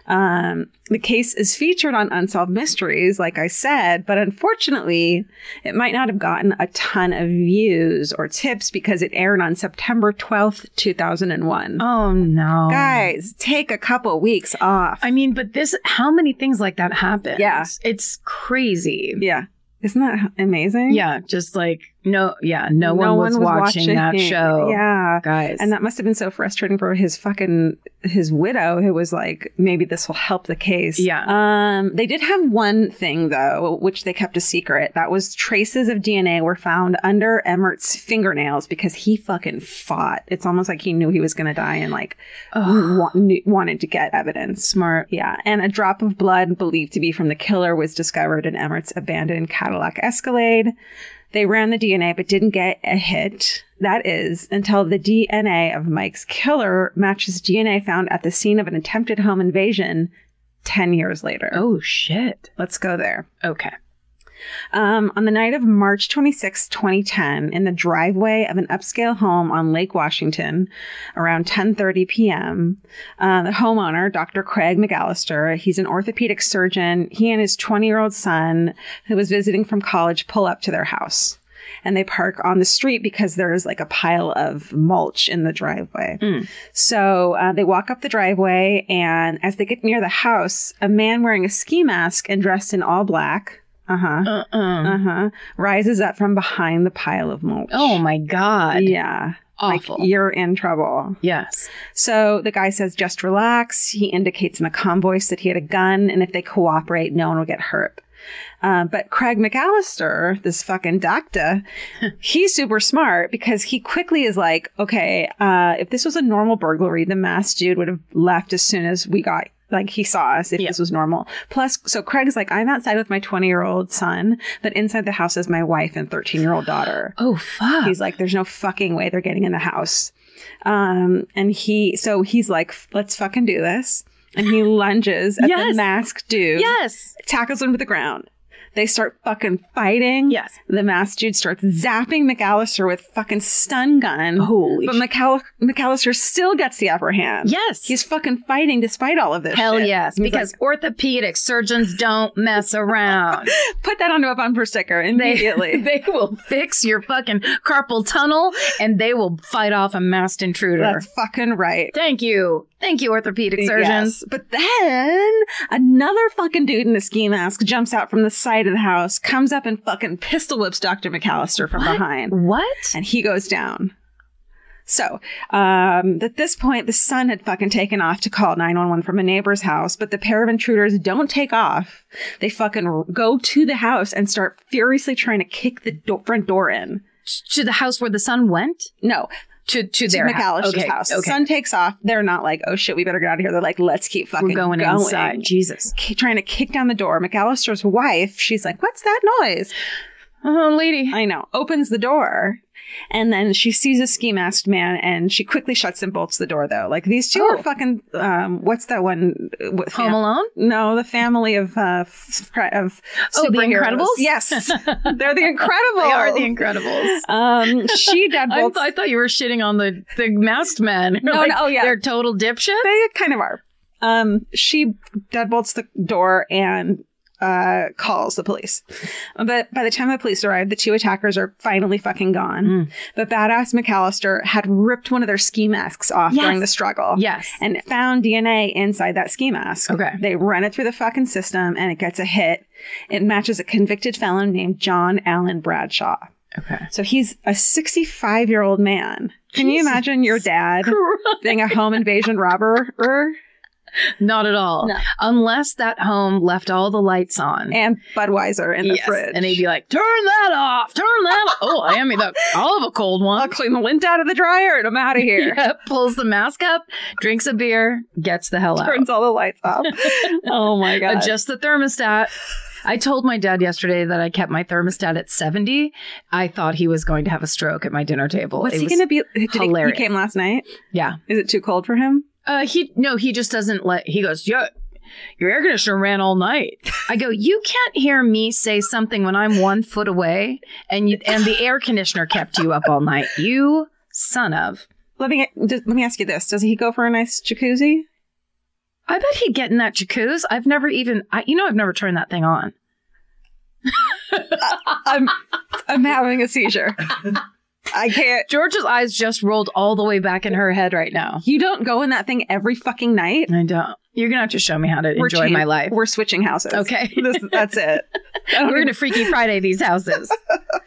Speaker 2: Um, the case is featured on Unsolved Mysteries, like I said, but unfortunately, it might not have gotten a ton of views or tips because it aired on September twelfth, two thousand and one.
Speaker 1: Oh no.
Speaker 2: Guys, take a couple weeks off.
Speaker 1: I mean, but this, how many things like that happen?
Speaker 2: Yeah.
Speaker 1: It's crazy.
Speaker 2: yeah, isn't that amazing?
Speaker 1: Yeah, just like No, yeah, no, one, was, watching, that show.
Speaker 2: Yeah.
Speaker 1: Guys.
Speaker 2: And uh, that must have been so frustrating for his fucking his widow, who was like, maybe this will help the case.
Speaker 1: Yeah.
Speaker 2: Um, they did have one thing though, which they kept a secret. That was traces of DNA were found under Emmert's fingernails because he fucking fought. It's almost like he knew he was going to die and like
Speaker 1: Ugh.
Speaker 2: wa- knew- wanted to get evidence.
Speaker 1: smart.
Speaker 2: Yeah, and a drop of blood believed to be from the killer was discovered in Emmert's abandoned Cadillac Escalade. They ran the DNA but didn't get a hit. That is, until the DNA of Mike's killer matches DNA found at the scene of an attempted home invasion 10 years later.
Speaker 1: Oh shit.
Speaker 2: Let's go there.
Speaker 1: Okay.
Speaker 2: Um, on the night of March 26, 2010, in the driveway of an upscale home on Lake Washington, around 10:30 p.m., uh, the homeowner, Dr. Craig McAllister, he's an orthopedic surgeon. He and his 20-year-old son, who was visiting from college, pull up to their house, and they park on the street because there's like a pile of mulch in the driveway.
Speaker 1: Mm.
Speaker 2: So uh, they walk up the driveway, and as they get near the house, a man wearing a ski mask and dressed in all black. Uh huh
Speaker 1: Uh uh
Speaker 2: uh-huh rises up from behind the pile of mulch
Speaker 1: Oh my god.
Speaker 2: yeah
Speaker 1: Awful.
Speaker 2: like you're in trouble
Speaker 1: yes.
Speaker 2: so the guy says just relax he indicates in a calm voice that he had a gun and if they cooperate no one will get hurt uh, but Craig McAllister, this fucking doctor, he's super smart because he quickly is like, okay, uh, if this was a normal burglary, the masked dude would have left as soon as we got, like, he saw us if
Speaker 1: Yeah.
Speaker 2: this was normal. Plus, so Craig's like, I'm outside with my 20 year old son, but inside the house is my wife and 13 year old daughter.
Speaker 1: Oh fuck.
Speaker 2: He's like, there's no fucking way they're getting in the house. Um, and he, so he's like, let's fucking do this. And he lunges at the
Speaker 1: Yes.
Speaker 2: masked dude
Speaker 1: yes.
Speaker 2: tackles him to the ground. They start fucking fighting.
Speaker 1: Yes.
Speaker 2: The masked dude starts zapping McAllister with fucking stun gun.
Speaker 1: Holy.
Speaker 2: but
Speaker 1: sh-
Speaker 2: McAll- McAllister still gets the upper hand.
Speaker 1: yes.
Speaker 2: He's fucking fighting despite all of this.
Speaker 1: Hell
Speaker 2: shit.
Speaker 1: yes,
Speaker 2: He's
Speaker 1: because orthopedic surgeons don't mess around.
Speaker 2: like, put that onto a bumper sticker immediately.
Speaker 1: they will fix your fucking carpal tunnel and they will fight off a masked intruder.
Speaker 2: That's fucking right.
Speaker 1: Thank you. Thank you, orthopedic surgeons.
Speaker 2: Yes. But then another fucking dude in a ski mask jumps out from the side of the house, comes up and fucking pistol whips Dr. McAllister from
Speaker 1: What?
Speaker 2: behind.
Speaker 1: What?
Speaker 2: and he goes down. So, um, at this point, the son had fucking taken off to call 911 from a neighbor's house, but the pair of intruders don't take off. They fucking r- go to the house and start furiously trying to kick the do- front door in.
Speaker 1: To the house where the son went?
Speaker 2: No,
Speaker 1: To to
Speaker 2: to
Speaker 1: their house.
Speaker 2: McAllister's
Speaker 1: Okay,
Speaker 2: house.
Speaker 1: Okay.
Speaker 2: Son takes off. They're not like, oh shit, we better get out of here. They're like, let's keep fucking
Speaker 1: We're going, inside. Jesus.
Speaker 2: K- Trying to kick down the door. McAllister's wife, she's like, what's that noise?
Speaker 1: Oh, lady.
Speaker 2: I know. Opens the door. And then she sees a ski masked man and she quickly shuts and bolts the door, though. Like, these two
Speaker 1: Oh.
Speaker 2: are fucking, um, what's that one? uh, What,
Speaker 1: Home Alone?
Speaker 2: No, the family of, uh, f- of
Speaker 1: Oh, The
Speaker 2: superheroes.
Speaker 1: Incredibles?
Speaker 2: Yes. They're the Incredibles.
Speaker 1: They are the Incredibles.
Speaker 2: Um, she
Speaker 1: Oh. I,
Speaker 2: deadbolts.
Speaker 1: th- I thought you were shitting on the, the masked men.
Speaker 2: No, no, oh, yeah.
Speaker 1: They're total dipshit.
Speaker 2: they kind of are. Um, she deadbolts the door and uh, calls the police. But by the time the police arrive, the two attackers are finally fucking gone.
Speaker 1: Mm.
Speaker 2: But badass McAllister had ripped one of their ski masks off
Speaker 1: Yes.
Speaker 2: during the struggle
Speaker 1: Yes.
Speaker 2: and found DNA inside that ski mask.
Speaker 1: Okay.
Speaker 2: They run it through the fucking system and it gets a hit. It matches a convicted felon named John Allen Bradshaw.
Speaker 1: Okay.
Speaker 2: So he's a 65 year old man. Can you imagine your dad being a home invasion robber?
Speaker 1: Not at all.
Speaker 2: No.
Speaker 1: Unless that home left all the lights on.
Speaker 2: and Budweiser in the
Speaker 1: Yes,
Speaker 2: fridge.
Speaker 1: And he'd be like, turn that off, turn that off. Oh, I am that. I'll have a cold
Speaker 2: I'll
Speaker 1: one.
Speaker 2: clean the lint out of the dryer and I'm out of here.
Speaker 1: Yeah, pulls the mask up, drinks a beer, gets the hell out.
Speaker 2: Turns all the lights off. oh my god.
Speaker 1: Adjusts the thermostat. I told my dad yesterday that I kept my thermostat at 70. I thought he was going to have a stroke at my dinner table.
Speaker 2: What's
Speaker 1: It
Speaker 2: he
Speaker 1: was-
Speaker 2: gonna be? Did he, he
Speaker 1: hilarious.
Speaker 2: came last night.
Speaker 1: Yeah.
Speaker 2: Is it too cold for him?
Speaker 1: Uh, he no, he just doesn't let. He goes, yeah, your air conditioner ran all night. I go, you can't hear me say something when I'm one foot away, and you, and the air conditioner kept you up all night. You son of.
Speaker 2: Let me get- just- let me ask you this: Does he go for a nice jacuzzi?
Speaker 1: I bet he'd get in that jacuzzi. I've never even, I, you know, I've never turned that thing on.
Speaker 2: I'm I'm having a seizure. I can't.
Speaker 1: George's eyes just rolled all the way back in her head right now.
Speaker 2: You don't go in that thing every fucking night.
Speaker 1: I don't. You're gonna have to show me how to
Speaker 2: We're
Speaker 1: enjoy
Speaker 2: chang-
Speaker 1: my life.
Speaker 2: We're switching houses.
Speaker 1: Okay.
Speaker 2: This, that's it. I don't
Speaker 1: We're gonna Freaky Friday these houses.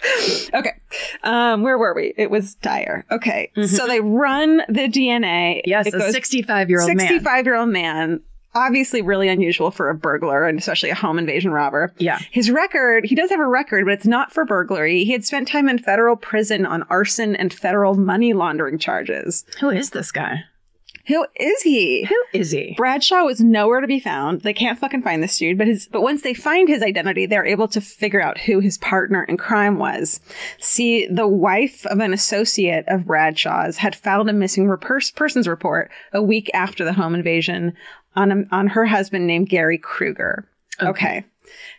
Speaker 2: okay. Um, where were we? It was dire. Okay.
Speaker 1: Mhm.
Speaker 2: So they run the DNA.
Speaker 1: Yes,
Speaker 2: it
Speaker 1: a 65 year old man.
Speaker 2: 65 year old man. Obviously, really unusual for a burglar and especially a home invasion robber.
Speaker 1: Yeah.
Speaker 2: His record, he does have a record, but it's not for burglary. He had spent time in federal prison on arson and federal money laundering charges.
Speaker 1: Who is this guy?
Speaker 2: Who is he?
Speaker 1: Who is he?
Speaker 2: Bradshaw was nowhere to be found. They can't fucking find this dude, but his but once they find his identity, they're able to figure out who his partner in crime was. See, the wife of an associate of Bradshaw's had filed a missing repers- persons report a week after the home invasion on a, on her husband named Gary Kruger.
Speaker 1: Okay.
Speaker 2: okay.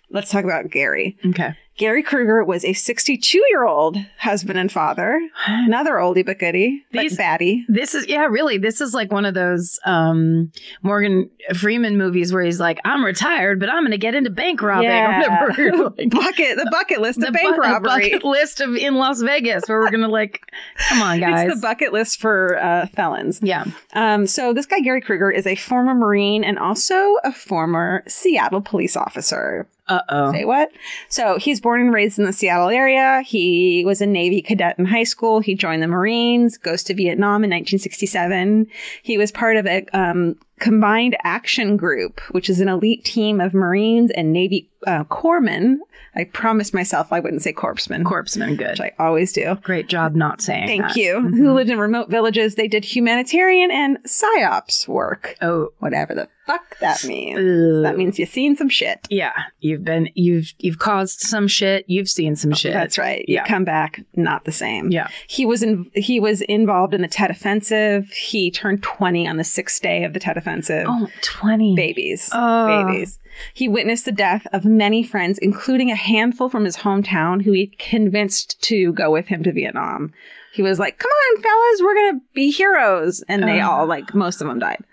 Speaker 2: Let's talk about Gary.
Speaker 1: Okay.
Speaker 2: Gary Kruger was a 62-year-old husband and father. Another oldie but goodie, but
Speaker 1: These-
Speaker 2: baddie.
Speaker 1: This is yeah, really. This is like one of those um Morgan Freeman movies where he's like, I'm retired, but I'm gonna get into bank robbing
Speaker 2: Yeah.
Speaker 1: or whatever. Like,
Speaker 2: Bucket, the bucket list of bank
Speaker 1: bu-
Speaker 2: robbery.
Speaker 1: bucket list of in Las Vegas where we're gonna like, come on, guys.
Speaker 2: It's the bucket list for uh, felons.
Speaker 1: yeah.
Speaker 2: Um, so this guy Gary Kruger is a former Marine and also a former Seattle police officer.
Speaker 1: Uh oh.
Speaker 2: Say what? So he's born and raised in the Seattle area. He was a Navy cadet in high school. He joined the Marines, goes to Vietnam in 1967. He was part of a um, combined action group, which is an elite team of Marines and Navy uh, corpsmen. I promised myself I wouldn't say corpsmen,
Speaker 1: Corpsman, good.
Speaker 2: which I always do.
Speaker 1: Great job not saying.
Speaker 2: Thank
Speaker 1: that.
Speaker 2: you.
Speaker 1: Mhm.
Speaker 2: Who lived in remote villages. They did humanitarian and psyops work.
Speaker 1: Oh,
Speaker 2: Whatever the fuck that means.
Speaker 1: that
Speaker 2: That means you've seen some shit.
Speaker 1: yeah. You've been you've you've caused some shit. You've seen some shit.
Speaker 2: Oh, That's right. You
Speaker 1: Yeah.
Speaker 2: come back not the same.
Speaker 1: Yeah.
Speaker 2: He was in, he was involved in the Tet Offensive. He turned 20 on the 6th day of the Tet Offensive.
Speaker 1: Oh, 20.
Speaker 2: Babies.
Speaker 1: Oh.
Speaker 2: Babies. He witnessed the death of many friends, including a handful from his hometown who he convinced to go with him to Vietnam. He was like, "Come on, fellas, we're going to be heroes." And they
Speaker 1: Oh.
Speaker 2: all like most of them died.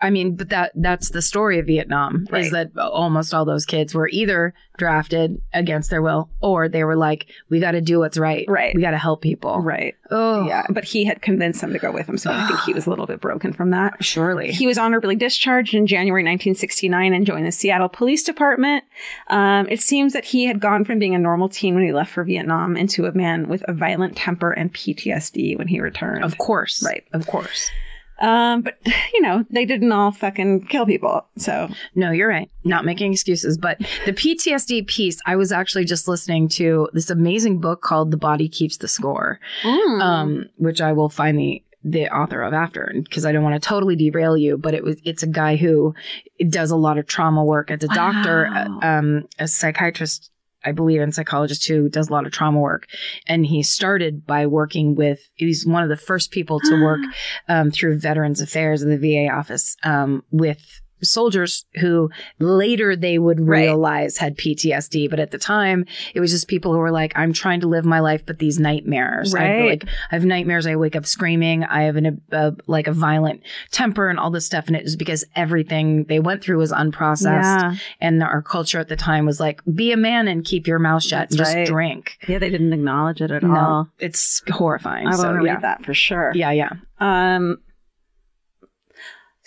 Speaker 1: I mean, but that that's the story of Vietnam
Speaker 2: Right.
Speaker 1: is that almost all those kids were either drafted against their will or they were like, we got to do what's right.
Speaker 2: Right.
Speaker 1: We got to help people.
Speaker 2: Right.
Speaker 1: Oh, Ah.
Speaker 2: Yeah. But he had convinced them to go with him. So I think he was a little bit broken from
Speaker 1: Oh,
Speaker 2: that.
Speaker 1: surely.
Speaker 2: He was honorably discharged in January 1969 and joined the Seattle Police Department. Um, it seems that he had gone from being a normal teen when he left for Vietnam into a man with a violent temper and PTSD when he returned.
Speaker 1: of course.
Speaker 2: Right.
Speaker 1: Of course.
Speaker 2: Um, but you know, they didn't all fucking kill people. So
Speaker 1: No, you're right. Not making excuses. But the PTSD piece, I was actually just listening to this amazing book called The Body Keeps the Score. um,
Speaker 2: Hmm.
Speaker 1: which I will find the the author of after because I don't want to totally derail you, but it was it's a guy who does a lot of trauma work. It's a doctor,
Speaker 2: Wow.
Speaker 1: uh, um, a psychiatrist, I believe, and psychologist who does a lot of trauma work. And he started by working with he's one of the first people to work um, through Veterans Affairs in the VA office um, with soldiers who later they would
Speaker 2: Right.
Speaker 1: realize had PTSD. But at the time, it was just people who were like, I'm trying to live my life, but these nightmares. I-
Speaker 2: Right.
Speaker 1: like, I have nightmares. I wake up screaming. I have an, a, like a violent temper and all this stuff. And it was because everything they went through was unprocessed.
Speaker 2: yeah.
Speaker 1: And our culture at the time was like, be a man and keep your mouth shut.
Speaker 2: That's
Speaker 1: just
Speaker 2: right.
Speaker 1: drink.
Speaker 2: yeah, they didn't acknowledge it at
Speaker 1: No,
Speaker 2: all.
Speaker 1: It's horrifying.
Speaker 2: I want
Speaker 1: so,
Speaker 2: to
Speaker 1: yeah.
Speaker 2: read that for sure.
Speaker 1: Yeah, yeah.
Speaker 2: Um,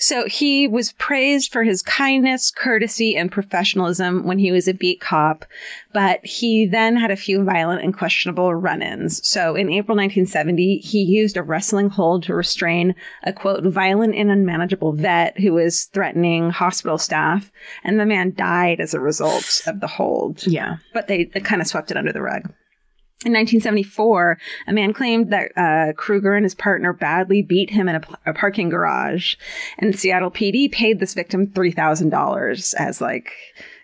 Speaker 2: so he was praised for his kindness, courtesy, and professionalism when he was a beat cop, but he then had a few violent and questionable run ins. So in April 1970, he used a wrestling hold to restrain a quote, violent and unmanageable vet who was threatening hospital staff, and the man died as a result of the hold
Speaker 1: Yeah.
Speaker 2: but they, they kind of swept it under the rug. In 1974, a man claimed that uh, Kruger and his partner badly beat him in a, pl- a parking garage, and Seattle PD paid this victim $3,000 as like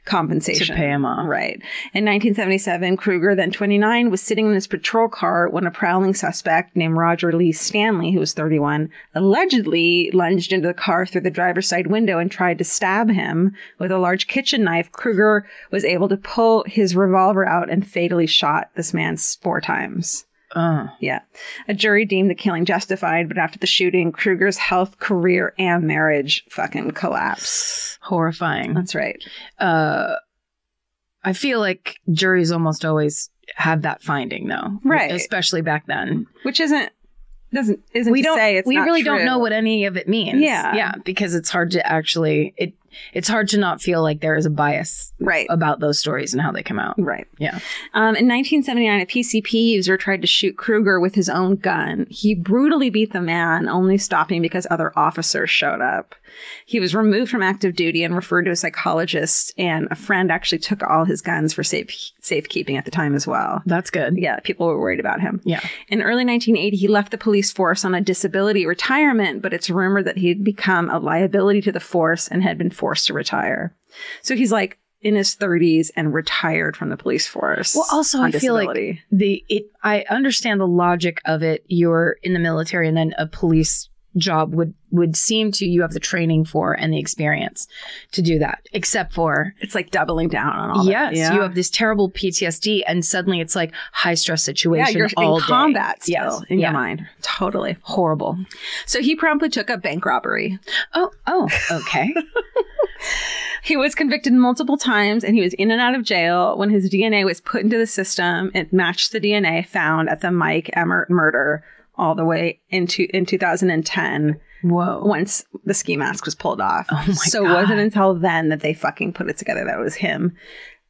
Speaker 2: compensation.
Speaker 1: To pay him off.
Speaker 2: Right. In 1977, Kruger, then 29, was sitting in his patrol car when a prowling suspect named Roger Lee Stanley, who was 31, allegedly lunged into the car through the driver's side window and tried to stab him with a large kitchen knife. Kruger was able to pull his revolver out and fatally shot this man four times.
Speaker 1: Uh,
Speaker 2: Yeah. A jury deemed the killing justified, but after the shooting, Kruger's health, career, and marriage fucking collapsed.
Speaker 1: horrifying.
Speaker 2: That's right.
Speaker 1: Uh, I feel like juries almost always have that finding, though.
Speaker 2: Right.
Speaker 1: Especially back then.
Speaker 2: Which isn't doesn't isn't
Speaker 1: we
Speaker 2: to
Speaker 1: don't
Speaker 2: say it's
Speaker 1: we
Speaker 2: not
Speaker 1: really don't
Speaker 2: true.
Speaker 1: know what any of it means
Speaker 2: Yeah.
Speaker 1: yeah because it's hard to actually it it's hard to not feel like there is a bias
Speaker 2: right
Speaker 1: about those stories and how they come out
Speaker 2: Right.
Speaker 1: Yeah.
Speaker 2: Um, in 1979, a PCP user tried to shoot Kruger with his own gun. He brutally beat the man, only stopping because other officers showed up. He was removed from active duty and referred to a psychologist, and a friend actually took all his guns for safe safekeeping at the time as well.
Speaker 1: that's good
Speaker 2: Yeah, people were worried about him.
Speaker 1: Yeah.
Speaker 2: In early 1980, he left the police force on a disability retirement, but it's rumored that he had become a liability to the force and had been forced to retire. So he's like in his 30s and retired from the police force.
Speaker 1: Well, also,
Speaker 2: on
Speaker 1: I feel like-
Speaker 2: disability.
Speaker 1: the it i understand the logic of it you're in the military and then a police job would would seem to you have the training for and the experience to do that except for
Speaker 2: it's like doubling down on all
Speaker 1: yes,
Speaker 2: that. Yeah.
Speaker 1: you have this terrible PTSD, and suddenly it's like high stress
Speaker 2: yeah,
Speaker 1: situation
Speaker 2: you're
Speaker 1: all
Speaker 2: in
Speaker 1: day.
Speaker 2: combat still
Speaker 1: Yes,
Speaker 2: in
Speaker 1: yeah.
Speaker 2: your mind. Totally horrible. So he promptly took up bank robbery.
Speaker 1: Oh, oh, okay.
Speaker 2: He was convicted multiple times and he was in and out of jail when his DNA was put into the system. It matched the DNA found at the Mike Emmert murder all the way into in 2010
Speaker 1: Whoa.
Speaker 2: once the ski mask was pulled off.
Speaker 1: Oh my
Speaker 2: so
Speaker 1: God.
Speaker 2: it wasn't until then that they fucking put it together that it was him.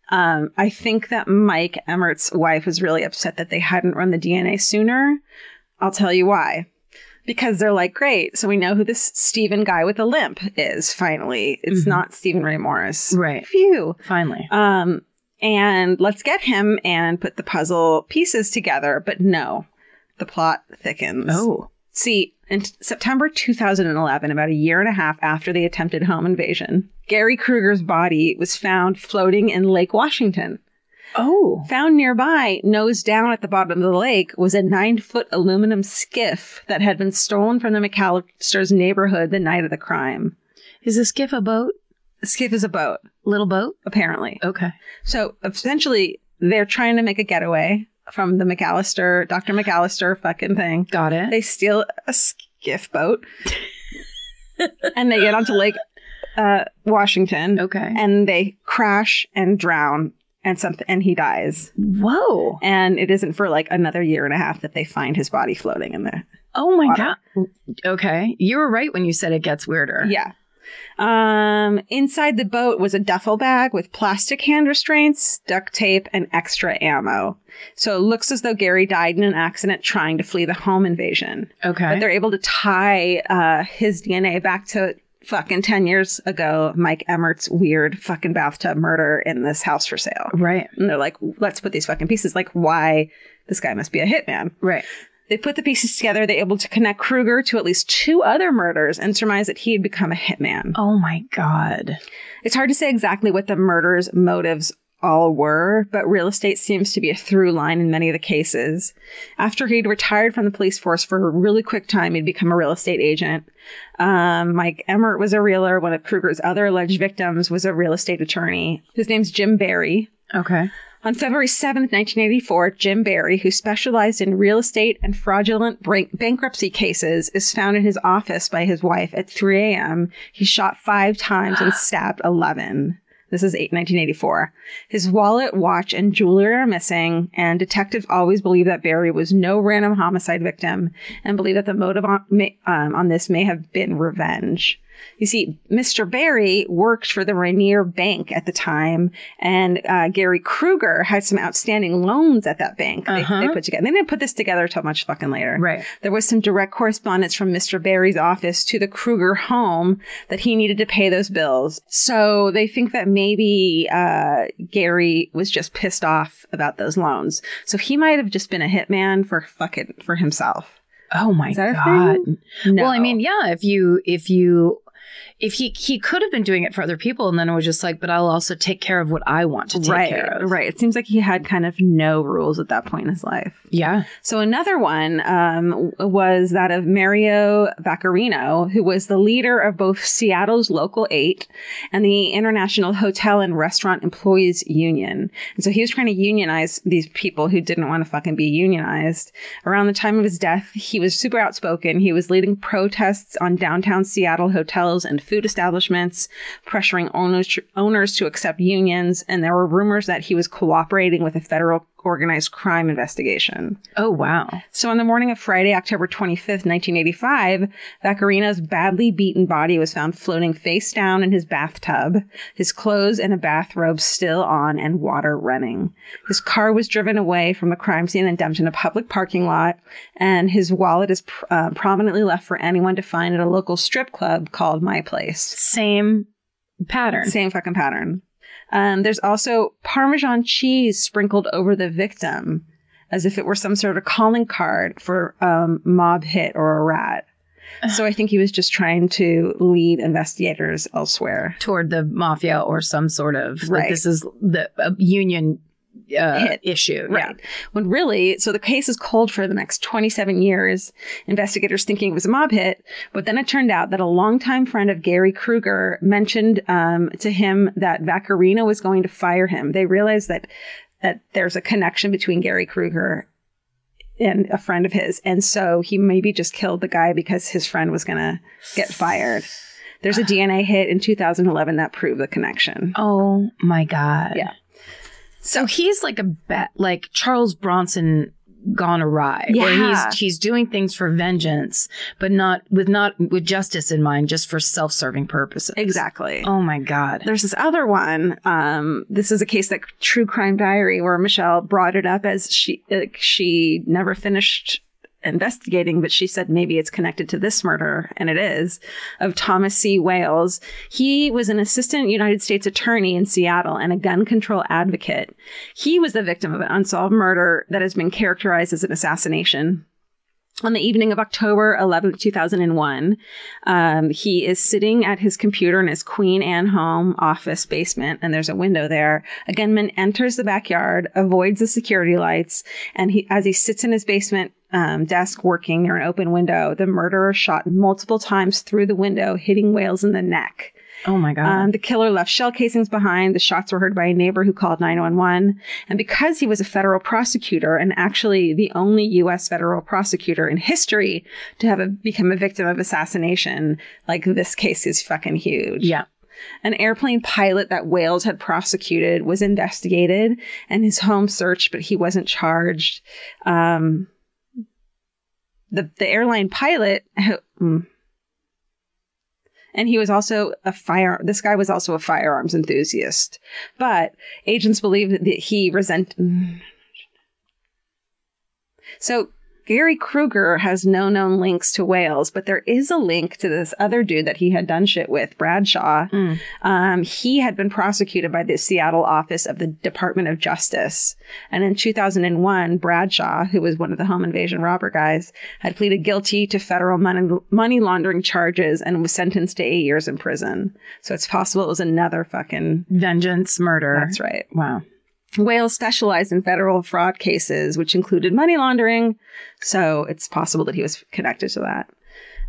Speaker 2: Um, I think that Mike Emmert's wife was really upset that they hadn't run the DNA sooner. I'll tell you why. Because they're like, great, so we know who this Steven guy with the limp is finally. It's
Speaker 1: Mhm.
Speaker 2: not Stephen Ray Morris.
Speaker 1: Right.
Speaker 2: Phew.
Speaker 1: Finally.
Speaker 2: Um, and let's get him and put the puzzle pieces together. But no, the plot thickens.
Speaker 1: Oh.
Speaker 2: See, in t- September 2011, about a year and a half after the attempted home invasion, Gary Kruger's body was found floating in Lake Washington.
Speaker 1: Oh.
Speaker 2: Found nearby, nose down at the bottom of the lake, was a nine foot aluminum skiff that had been stolen from the McAllister's neighborhood the night of the crime.
Speaker 1: Is this GIF a boat?
Speaker 2: The skiff is a boat,
Speaker 1: Little boat?
Speaker 2: apparently.
Speaker 1: Okay.
Speaker 2: So essentially, they're trying to make a getaway from the McAllister, Dr. McAllister fucking thing.
Speaker 1: Got it.
Speaker 2: They steal a skiff boat and they get onto Lake uh, Washington
Speaker 1: okay.
Speaker 2: and they crash and drown and something and he dies.
Speaker 1: Whoa.
Speaker 2: And it isn't for like another year and a half that they find his body floating in there.
Speaker 1: Oh my
Speaker 2: Water.
Speaker 1: god. Okay. You were right when you said it gets weirder.
Speaker 2: Yeah. Um, inside the boat was a duffel bag with plastic hand restraints, duct tape, and extra ammo. So it looks as though Gary died in an accident trying to flee the home invasion. But
Speaker 1: Okay.
Speaker 2: they're able to tie uh, his DNA back to fucking 10 years ago, Mike Emmert's weird fucking bathtub murder in this house for sale.
Speaker 1: Right.
Speaker 2: And they're like, let's put these fucking pieces, like, why this guy must be a hitman.
Speaker 1: Right.
Speaker 2: They put the pieces together. They're able to connect Kruger to at least two other murders and surmise that he had become a hitman.
Speaker 1: Oh my god.
Speaker 2: It's hard to say exactly what the murder's motives all were, but real estate seems to be a through line in many of the cases. After he'd retired from the police force for a really quick time, he'd become a real estate agent. Um, Mike Emmert was a realtor. One of Kruger's other alleged victims was a real estate attorney. His name's Jim Barry.
Speaker 1: Okay.
Speaker 2: On February 7th, 1984, Jim Barry, who specialized in real estate and fraudulent bran- bankruptcy cases, is found in his office by his wife at 3 a.m. He's shot five times and stabbed 11. This is 8, 1984. His wallet, watch, and jewelry are missing, and detectives always believe that Barry was no random homicide victim and believe that the motive on, may, um, on this may have been revenge. You see, Mr. Barry worked for the Rainier Bank at the time, and uh, Gary Kruger had some outstanding loans at that bank. They,
Speaker 1: Uh-huh.
Speaker 2: they put together. They didn't put this together till much fucking later.
Speaker 1: Right.
Speaker 2: There was some direct correspondence from Mr. Barry's office to the Kruger home that he needed to pay those bills. So they think that maybe uh, Gary was just pissed off about those loans. So he might have just been a hitman for fucking for himself.
Speaker 1: Oh my
Speaker 2: Is that a
Speaker 1: god.
Speaker 2: thing? No.
Speaker 1: Well, I mean, yeah, if you if you if he he could have been doing it for other people and then it was just like, but I'll also take care of what I want to take
Speaker 2: right,
Speaker 1: care of.
Speaker 2: right. It seems like he had kind of no rules at that point in his life.
Speaker 1: Yeah.
Speaker 2: So another one um, w- was that of Mario Vaccarino, who was the leader of both Seattle's Local 8 and the International Hotel and Restaurant Employees Union. And so he was trying to unionize these people who didn't want to fucking be unionized. Around the time of his death, he was super outspoken. He was leading protests on downtown Seattle hotels and food establishments, pressuring owners, owners to accept unions. And there were rumors that he was cooperating with a federal organized crime investigation.
Speaker 1: Oh, wow.
Speaker 2: So on the morning of Friday, October 25th, 1985, Vaccarino's badly beaten body was found floating face down in his bathtub, his clothes and a bathrobe still on and water running. His car was driven away from the crime scene and dumped in a public parking lot, and his wallet is pr- uh, prominently left for anyone to find at a local strip club called My Place.
Speaker 1: Same pattern.
Speaker 2: Same fucking pattern. Um, there's also Parmesan cheese sprinkled over the victim as if it were some sort of calling card for um, mob hit or a rat. So I think he was just trying to lead investigators elsewhere.
Speaker 1: Toward the mafia or some sort of like,
Speaker 2: Right.
Speaker 1: this is the a union uh,
Speaker 2: Hit.
Speaker 1: issue,
Speaker 2: Right.
Speaker 1: right?
Speaker 2: When really, so the case is cold for the next 27 years, investigators thinking it was a mob hit. But then it turned out that a longtime friend of Gary Kruger mentioned um, to him that Vaccarino was going to fire him. They realized that that there's a connection between Gary Kruger and a friend of his. And so he maybe just killed the guy because his friend was going to get fired. There's a DNA hit in 2011 that proved the connection.
Speaker 1: Oh my god.
Speaker 2: Yeah.
Speaker 1: So he's like a bet, like Charles Bronson gone awry, where
Speaker 2: Yeah.
Speaker 1: he's he's doing things for vengeance, but not with not with justice in mind, just for self-serving purposes.
Speaker 2: Exactly.
Speaker 1: Oh my god.
Speaker 2: There's this other one. Um, this is a case that True Crime Diary, where Michelle brought it up as she like, she never finished investigating, but she said maybe it's connected to this murder, and it is of Thomas C. Wales. He was an assistant United States attorney in Seattle and a gun control advocate. He was the victim of an unsolved murder that has been characterized as an assassination. On the evening of October 11th, 2001, um, he is sitting at his computer in his Queen Anne home office basement, and there's a window there. A gunman enters the backyard, avoids the security lights, and he, as he sits in his basement um, desk working near an open window, the murderer shot multiple times through the window, hitting Wales in the neck.
Speaker 1: oh my god.
Speaker 2: Um, the killer left shell casings behind. The shots were heard by a neighbor who called 911. And because he was a federal prosecutor and actually the only U.S. federal prosecutor in history to have a, become a victim of assassination, like this case is fucking huge.
Speaker 1: yeah.
Speaker 2: An airplane pilot that Wales had prosecuted was investigated and his home searched, but he wasn't charged. Um, the, the airline pilot, mm. and he was also a fire. This guy was also a firearms enthusiast, but agents believe that he resent. mm. So Gary Kruger has no known links to Wales, but there is a link to this other dude that he had done shit with, Bradshaw.
Speaker 1: Mm.
Speaker 2: Um, he had been prosecuted by the Seattle office of the Department of Justice. And in 2001, Bradshaw, who was one of the home invasion robber guys, had pleaded guilty to federal money, money laundering charges and was sentenced to eight years in prison. So it's possible it was another fucking.
Speaker 1: Vengeance, murder.
Speaker 2: That's right.
Speaker 1: Wow.
Speaker 2: Wales specialized in federal fraud cases, which included money laundering, so it's possible that he was connected to that.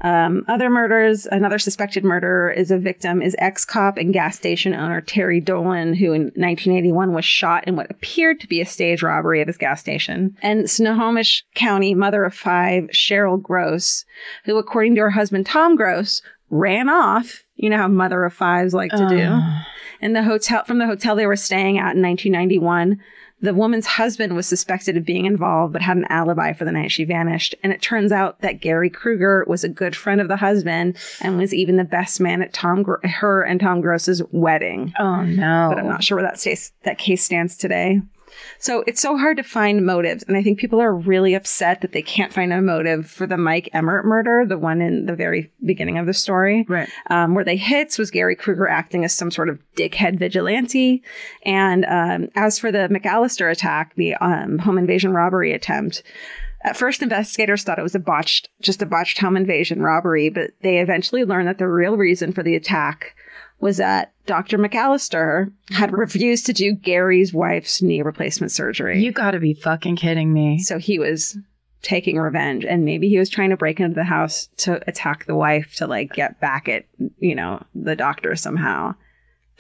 Speaker 2: Um, other murders, another suspected murderer is a victim, is ex cop and gas station owner Terry Dolan, who in 1981 was shot in what appeared to be a stage robbery of his gas station. And Snohomish County mother of five, Cheryl Gross, who, according to her husband Tom Gross, ran off. You know how mother of fives like to do
Speaker 1: Uh,
Speaker 2: in the hotel from the hotel they were staying at in 1991 the woman's husband was suspected of being involved but had an alibi for the night she vanished and it turns out that gary kruger was a good friend of the husband and was even the best man at tom Gro- her and tom gross's wedding
Speaker 1: Oh no.
Speaker 2: but i'm not sure where that, stays, that case stands today so it's so hard to find motives and i think people are really upset that they can't find a motive for the mike emmert murder the one in the very beginning of the story
Speaker 1: Right.
Speaker 2: um, were they hits? Was Gary Kruger acting as some sort of dickhead vigilante? And um, as for the McAllister attack, the um, home invasion robbery attempt, at first investigators thought it was a botched, just a botched home invasion robbery, but they eventually learned that the real reason for the attack was that Dr. McAllister had refused to do Gary's wife's knee replacement surgery.
Speaker 1: You got to be fucking kidding me.
Speaker 2: So he was taking revenge and maybe he was trying to break into the house to attack the wife to like get back at, you know, the doctor somehow.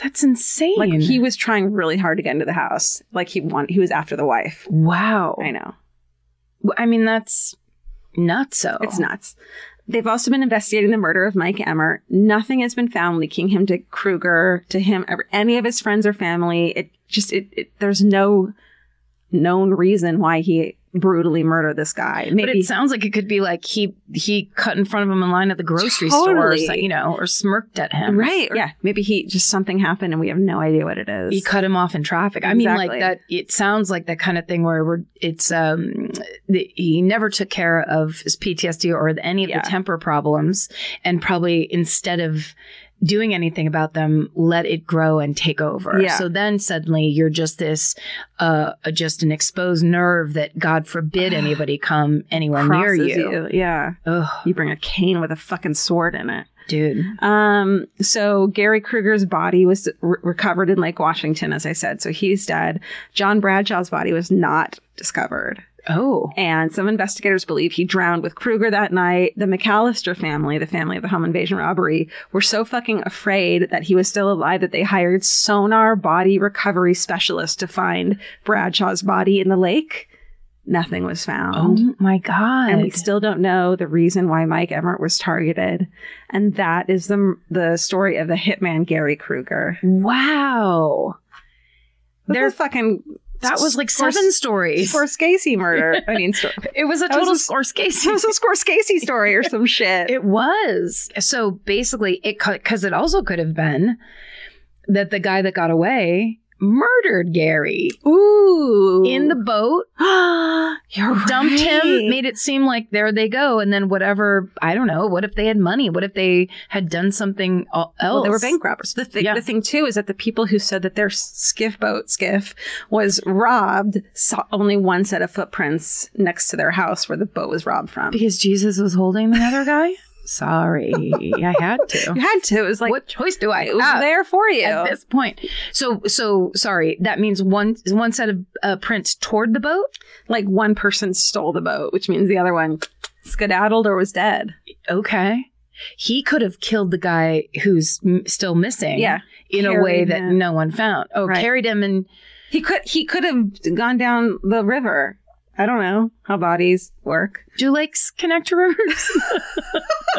Speaker 1: That's insane.
Speaker 2: Like he was trying really hard to get into the house. Like he want he was after the wife.
Speaker 1: wow.
Speaker 2: I know.
Speaker 1: W- I mean, that's nuts. So
Speaker 2: It's nuts. They've also been investigating the murder of Mike Emmert. Nothing has been found linking him to Kruger, to him, or any of his friends or family. It just, it, it there's no known reason why he brutally murdered this guy.
Speaker 1: But
Speaker 2: Maybe
Speaker 1: it sounds like it could be like he he cut in front of him in line at the grocery store, or,
Speaker 2: Totally.
Speaker 1: so- you know, or smirked at him.
Speaker 2: right? Or, yeah, maybe he just something happened and we have no idea what it is.
Speaker 1: He cut him off in traffic. I mean, like
Speaker 2: Exactly.
Speaker 1: that. It sounds like that kind of thing where we're, it's um, the, he never took care of his PTSD or the, any of
Speaker 2: Yeah.
Speaker 1: the temper problems, and probably instead of doing anything about them, let it grow and take over.
Speaker 2: Yeah.
Speaker 1: So then suddenly you're just this, uh, just an exposed nerve that God forbid anybody come anywhere near
Speaker 2: Crosses
Speaker 1: you.
Speaker 2: Yeah,
Speaker 1: Ugh,
Speaker 2: you bring a cane with a fucking sword in it.
Speaker 1: dude.
Speaker 2: Um, so Gary Kruger's body was re- recovered in Lake Washington, as I said. So he's dead. John Bradshaw's body was not discovered.
Speaker 1: Oh.
Speaker 2: And some investigators believe he drowned with Kruger that night. The McAllister family, the family of the home invasion robbery, were so fucking afraid that he was still alive that they hired sonar body recovery specialists to find Bradshaw's body in the lake. Nothing was found.
Speaker 1: Oh my god.
Speaker 2: And we still don't know the reason why Mike Emmert was targeted. And that is the, the story of the hitman Gary Kruger.
Speaker 1: wow.
Speaker 2: That's
Speaker 1: There-
Speaker 2: a fucking.
Speaker 1: That was like
Speaker 2: Scors-
Speaker 1: seven stories.
Speaker 2: Scorsese murder. I mean, stor-
Speaker 1: It was a
Speaker 2: That was
Speaker 1: total
Speaker 2: a-
Speaker 1: Scorsese.
Speaker 2: it was a Scorsese story or some shit.
Speaker 1: It was. So basically, it because it also could have been that the guy that got away murdered Gary
Speaker 2: Ooh.
Speaker 1: in the boat,
Speaker 2: You're
Speaker 1: dumped him,
Speaker 2: right.
Speaker 1: made it seem like there they go, and then whatever. I don't know. What if they had money? What if they had done something el- else?
Speaker 2: Well, they were bank robbers. The, thi-
Speaker 1: Yeah.
Speaker 2: the thing too is that the people who said that their skiff boat skiff was robbed saw only one set of footprints next to their house where the boat was robbed from.
Speaker 1: because Jesus was holding the other guy. Sorry, I had
Speaker 2: You
Speaker 1: to.
Speaker 2: had to. It was like
Speaker 1: what choice do I
Speaker 2: it was
Speaker 1: have?
Speaker 2: there for you.
Speaker 1: at this point. So so sorry. That means one one set of uh, prints toward the boat.
Speaker 2: like one person stole the boat, which means the other one skedaddled or was dead.
Speaker 1: Okay. He could have killed the guy who's m- still missing.
Speaker 2: Yeah.
Speaker 1: In a
Speaker 2: Carried
Speaker 1: way that
Speaker 2: him.
Speaker 1: no one found. Oh,
Speaker 2: Right.
Speaker 1: carried him and
Speaker 2: He could he could have gone down the river. I don't know how bodies work.
Speaker 1: do lakes connect to rivers?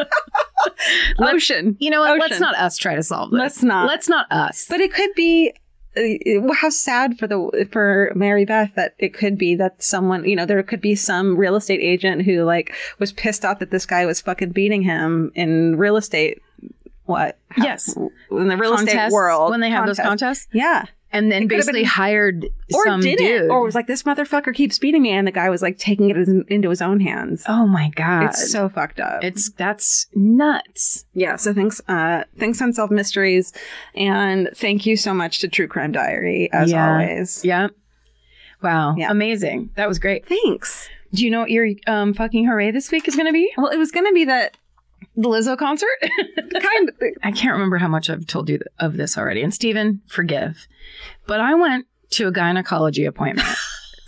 Speaker 1: Let's-
Speaker 2: Ocean.
Speaker 1: You know what? Let's
Speaker 2: Ocean.
Speaker 1: not us try to solve this.
Speaker 2: Let's not.
Speaker 1: Let's not us.
Speaker 2: But it could be uh, how sad for the for Mary Beth that it could be that someone you know there could be some real estate agent who like was pissed off that this guy was fucking beating him in real estate. What
Speaker 1: yes.
Speaker 2: in the real estate
Speaker 1: Contests,
Speaker 2: world
Speaker 1: when they have those
Speaker 2: contests.
Speaker 1: contests,
Speaker 2: Yeah,
Speaker 1: and then
Speaker 2: It could have
Speaker 1: basically
Speaker 2: been-
Speaker 1: hired
Speaker 2: or
Speaker 1: some
Speaker 2: did
Speaker 1: dude.
Speaker 2: it, or was like this motherfucker keeps beating me, and the guy was like taking it in, into his own hands.
Speaker 1: oh my god!
Speaker 2: It's so fucked up.
Speaker 1: it's that's nuts.
Speaker 2: yeah. So thanks, uh, thanks unsolved mysteries, and thank you so much to True Crime Diary as
Speaker 1: Yeah.
Speaker 2: always.
Speaker 1: Yeah. Wow.
Speaker 2: Yeah.
Speaker 1: Amazing. That was great.
Speaker 2: Thanks.
Speaker 1: Do you know what your um, fucking hooray this week is going to be?
Speaker 2: Well, it was going to be that
Speaker 1: The Lizzo concert?
Speaker 2: kind of
Speaker 1: I can't remember how much I've told you th- of this already. And Stephen, forgive. But I went to a gynecology appointment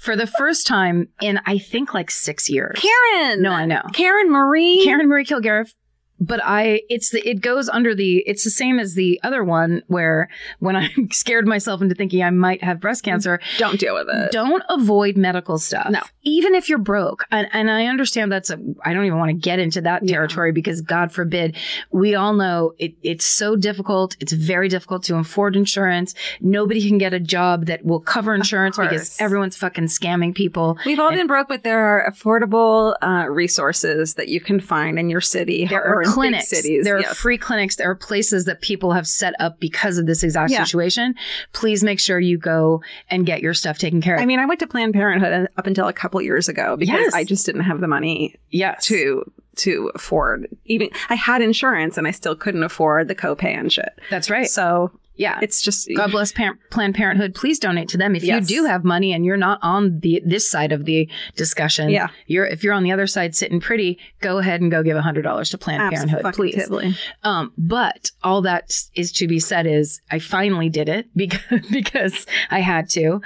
Speaker 1: for the first time in, I think, like six years.
Speaker 2: Karen.
Speaker 1: No, I know.
Speaker 2: Karen Marie.
Speaker 1: Karen Marie Kilgariff. But I, it's the, it goes under the, it's the same as the other one where when I scared myself into thinking I might have breast cancer,
Speaker 2: Don't deal with it.
Speaker 1: don't avoid medical stuff.
Speaker 2: No.
Speaker 1: Even if you're broke. And, and I understand that's, a, I don't even want to get into that
Speaker 2: Yeah.
Speaker 1: territory because God forbid, we all know it, it's so difficult. It's very difficult to afford insurance. Nobody can get a job that will cover insurance because
Speaker 2: course.
Speaker 1: everyone's fucking scamming people.
Speaker 2: We've all been broke, but there are affordable uh, resources that you can find in your city.
Speaker 1: There
Speaker 2: or
Speaker 1: are
Speaker 2: in big
Speaker 1: clinics.
Speaker 2: cities.
Speaker 1: There are
Speaker 2: Yes.
Speaker 1: free clinics. There are places that people have set up because of this exact
Speaker 2: Yeah.
Speaker 1: situation. Please make sure you go and get your stuff taken care of.
Speaker 2: I mean, I went to Planned Parenthood uh, up until a couple years ago because
Speaker 1: Yes.
Speaker 2: I just didn't have the money
Speaker 1: yes.
Speaker 2: to to afford. Even I had insurance, and I still couldn't afford the copay and shit.
Speaker 1: That's right.
Speaker 2: So
Speaker 1: yeah.
Speaker 2: it's just
Speaker 1: God bless Par- Planned Parenthood. Please donate to them if
Speaker 2: Yes.
Speaker 1: you do have money and you're not on the this side of the discussion.
Speaker 2: Yeah.
Speaker 1: you're if you're on the other side sitting pretty, go ahead and go give hundred dollars to Planned Parenthood, please.
Speaker 2: Absolutely.
Speaker 1: Um, but all that is to be said is I finally did it because because I had to,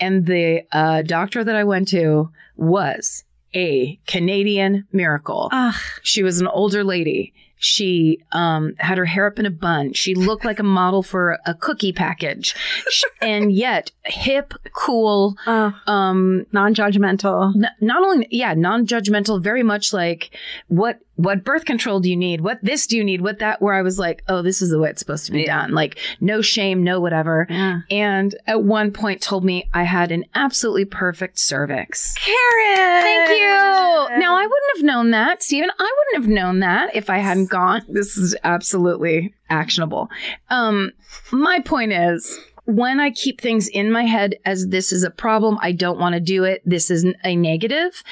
Speaker 1: and the uh, doctor that I went to was a Canadian miracle.
Speaker 2: Ugh.
Speaker 1: She was an older lady. She um, had her hair up in a bun. She looked like a model for a cookie package, She- and yet hip, cool.
Speaker 2: Uh,
Speaker 1: Um,
Speaker 2: non-judgmental.
Speaker 1: n- not only yeah, non-judgmental. Very much like what what birth control do you need? What this do you need? What that? Where I was like, oh, this is the way it's supposed to be
Speaker 2: Yeah.
Speaker 1: done. Like no shame, no whatever.
Speaker 2: Yeah.
Speaker 1: And at one point told me I had an absolutely perfect cervix.
Speaker 2: Karen.
Speaker 1: Thank you. Now I wouldn't have known that, Stephen. I wouldn't have known that if I hadn't gone. This is absolutely actionable. Um, my point is. When I keep things in my head as this is a problem, I don't want to do it. This is a negative,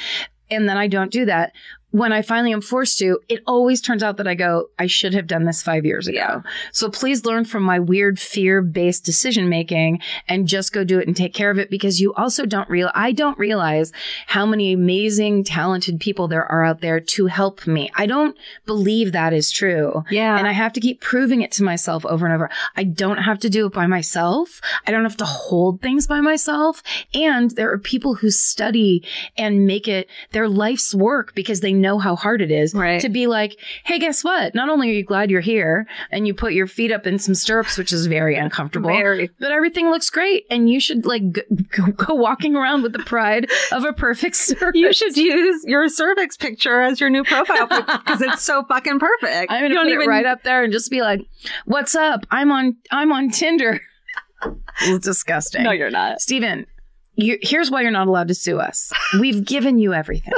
Speaker 1: and then I don't do that. When I finally am forced to, it always turns out that I go, I should have done this five years ago.
Speaker 2: Yeah.
Speaker 1: So please learn from my weird fear based decision making and just go do it and take care of it because you also don't real I don't realize how many amazing talented people there are out there to help me. I don't believe that is true.
Speaker 2: Yeah.
Speaker 1: And I have to keep proving it to myself over and over. I don't have to do it by myself. I don't have to hold things by myself. And there are people who study and make it their life's work because they know how hard it is
Speaker 2: Right.
Speaker 1: to be like, hey, guess what? Not only are you glad you're here and you put your feet up in some stirrups, which is very uncomfortable.
Speaker 2: Very.
Speaker 1: but everything looks great, and you should like g- go, go walking around with the pride of a perfect service.
Speaker 2: You should use your cervix picture as your new profile because it's so fucking perfect.
Speaker 1: I'm gonna
Speaker 2: you
Speaker 1: put it right up there and just be like, "What's up? I'm on. I'm on Tinder." it's disgusting.
Speaker 2: No, you're not.
Speaker 1: Steven, you, here's why you're not allowed to sue us. We've given you everything.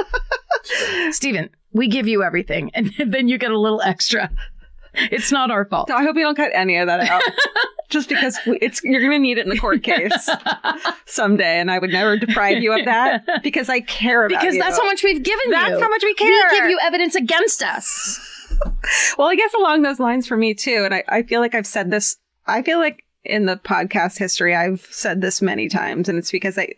Speaker 1: Steven, we give you everything, and then you get a little extra. It's not our fault.
Speaker 2: So I hope you don't cut any of that out. Just because we- it's you're going to need it in a court case someday, and I would never deprive you of that because I care about
Speaker 1: Because
Speaker 2: you.
Speaker 1: that's how much we've given
Speaker 2: That's
Speaker 1: you.
Speaker 2: how much we
Speaker 1: we
Speaker 2: care.
Speaker 1: give you evidence against us.
Speaker 2: well, I guess along those lines for me too, and I, I feel like I've said this. I feel like in the podcast history, I've said this many times, and it's because I,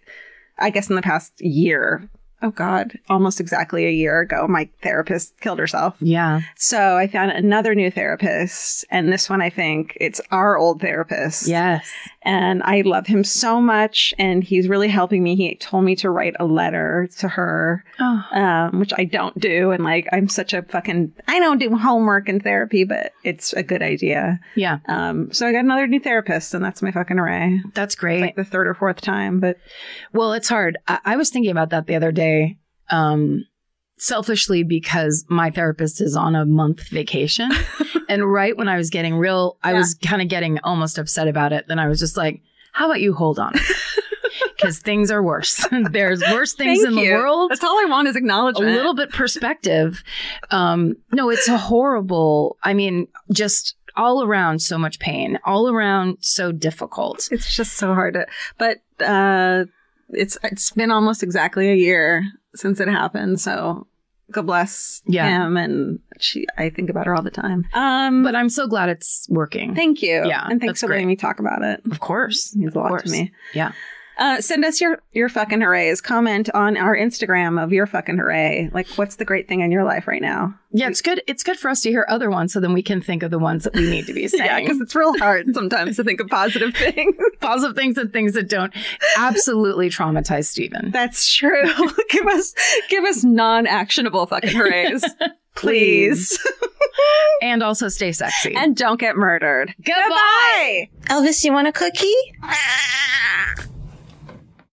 Speaker 2: I guess in the past year, oh God, almost exactly a year ago, my therapist killed herself.
Speaker 1: Yeah.
Speaker 2: So I found another new therapist, and this one I think it's our old therapist.
Speaker 1: Yes.
Speaker 2: and I love him so much, and he's really helping me. He told me to write a letter to her
Speaker 1: Oh.
Speaker 2: um, which I don't do. And like, I'm such a fucking, I don't do homework and therapy, but it's a good idea.
Speaker 1: Yeah.
Speaker 2: Um, so I got another new therapist, and that's my fucking array.
Speaker 1: That's
Speaker 2: It's
Speaker 1: great.
Speaker 2: like the third or fourth time, but
Speaker 1: Well, it's hard. I, I was thinking about that the other day, um, selfishly because my therapist is on a month vacation, and right when I was getting real, I
Speaker 2: Yeah.
Speaker 1: was kind of getting almost upset about it. Then I was just like, "How about you hold on?" Because things are worse. There's worse things
Speaker 2: Thank
Speaker 1: in the
Speaker 2: you.
Speaker 1: world.
Speaker 2: That's all I want is
Speaker 1: A
Speaker 2: acknowledgement.
Speaker 1: little bit perspective. Um, no, it's a horrible. I mean, just all around so much pain. All around so difficult.
Speaker 2: It's just so hard to, but uh, it's it's been almost exactly a year since it happened. So God bless
Speaker 1: Yeah.
Speaker 2: him, and she. I think about her all the time. Um,
Speaker 1: But I'm so glad it's working.
Speaker 2: thank you.
Speaker 1: Yeah,
Speaker 2: and thanks
Speaker 1: that's
Speaker 2: for letting me talk about it.
Speaker 1: of course.
Speaker 2: means a lot
Speaker 1: course.
Speaker 2: to me.
Speaker 1: Yeah.
Speaker 2: Uh, send us your your fucking hoorays. Comment on our Instagram of your fucking hooray. Like, what's the great thing in your life right now?
Speaker 1: Yeah, it's good. It's good for us to hear other ones, so then we can think of the ones that we need to be
Speaker 2: Yeah,
Speaker 1: saying.
Speaker 2: because it's real hard sometimes to think of positive things.
Speaker 1: Positive things and things that don't absolutely traumatize Stephen.
Speaker 2: That's true. give us give us non actionable fucking hoorays, please,
Speaker 1: And also stay sexy.
Speaker 2: and don't get murdered.
Speaker 1: goodbye.
Speaker 5: Elvis, you want a cookie?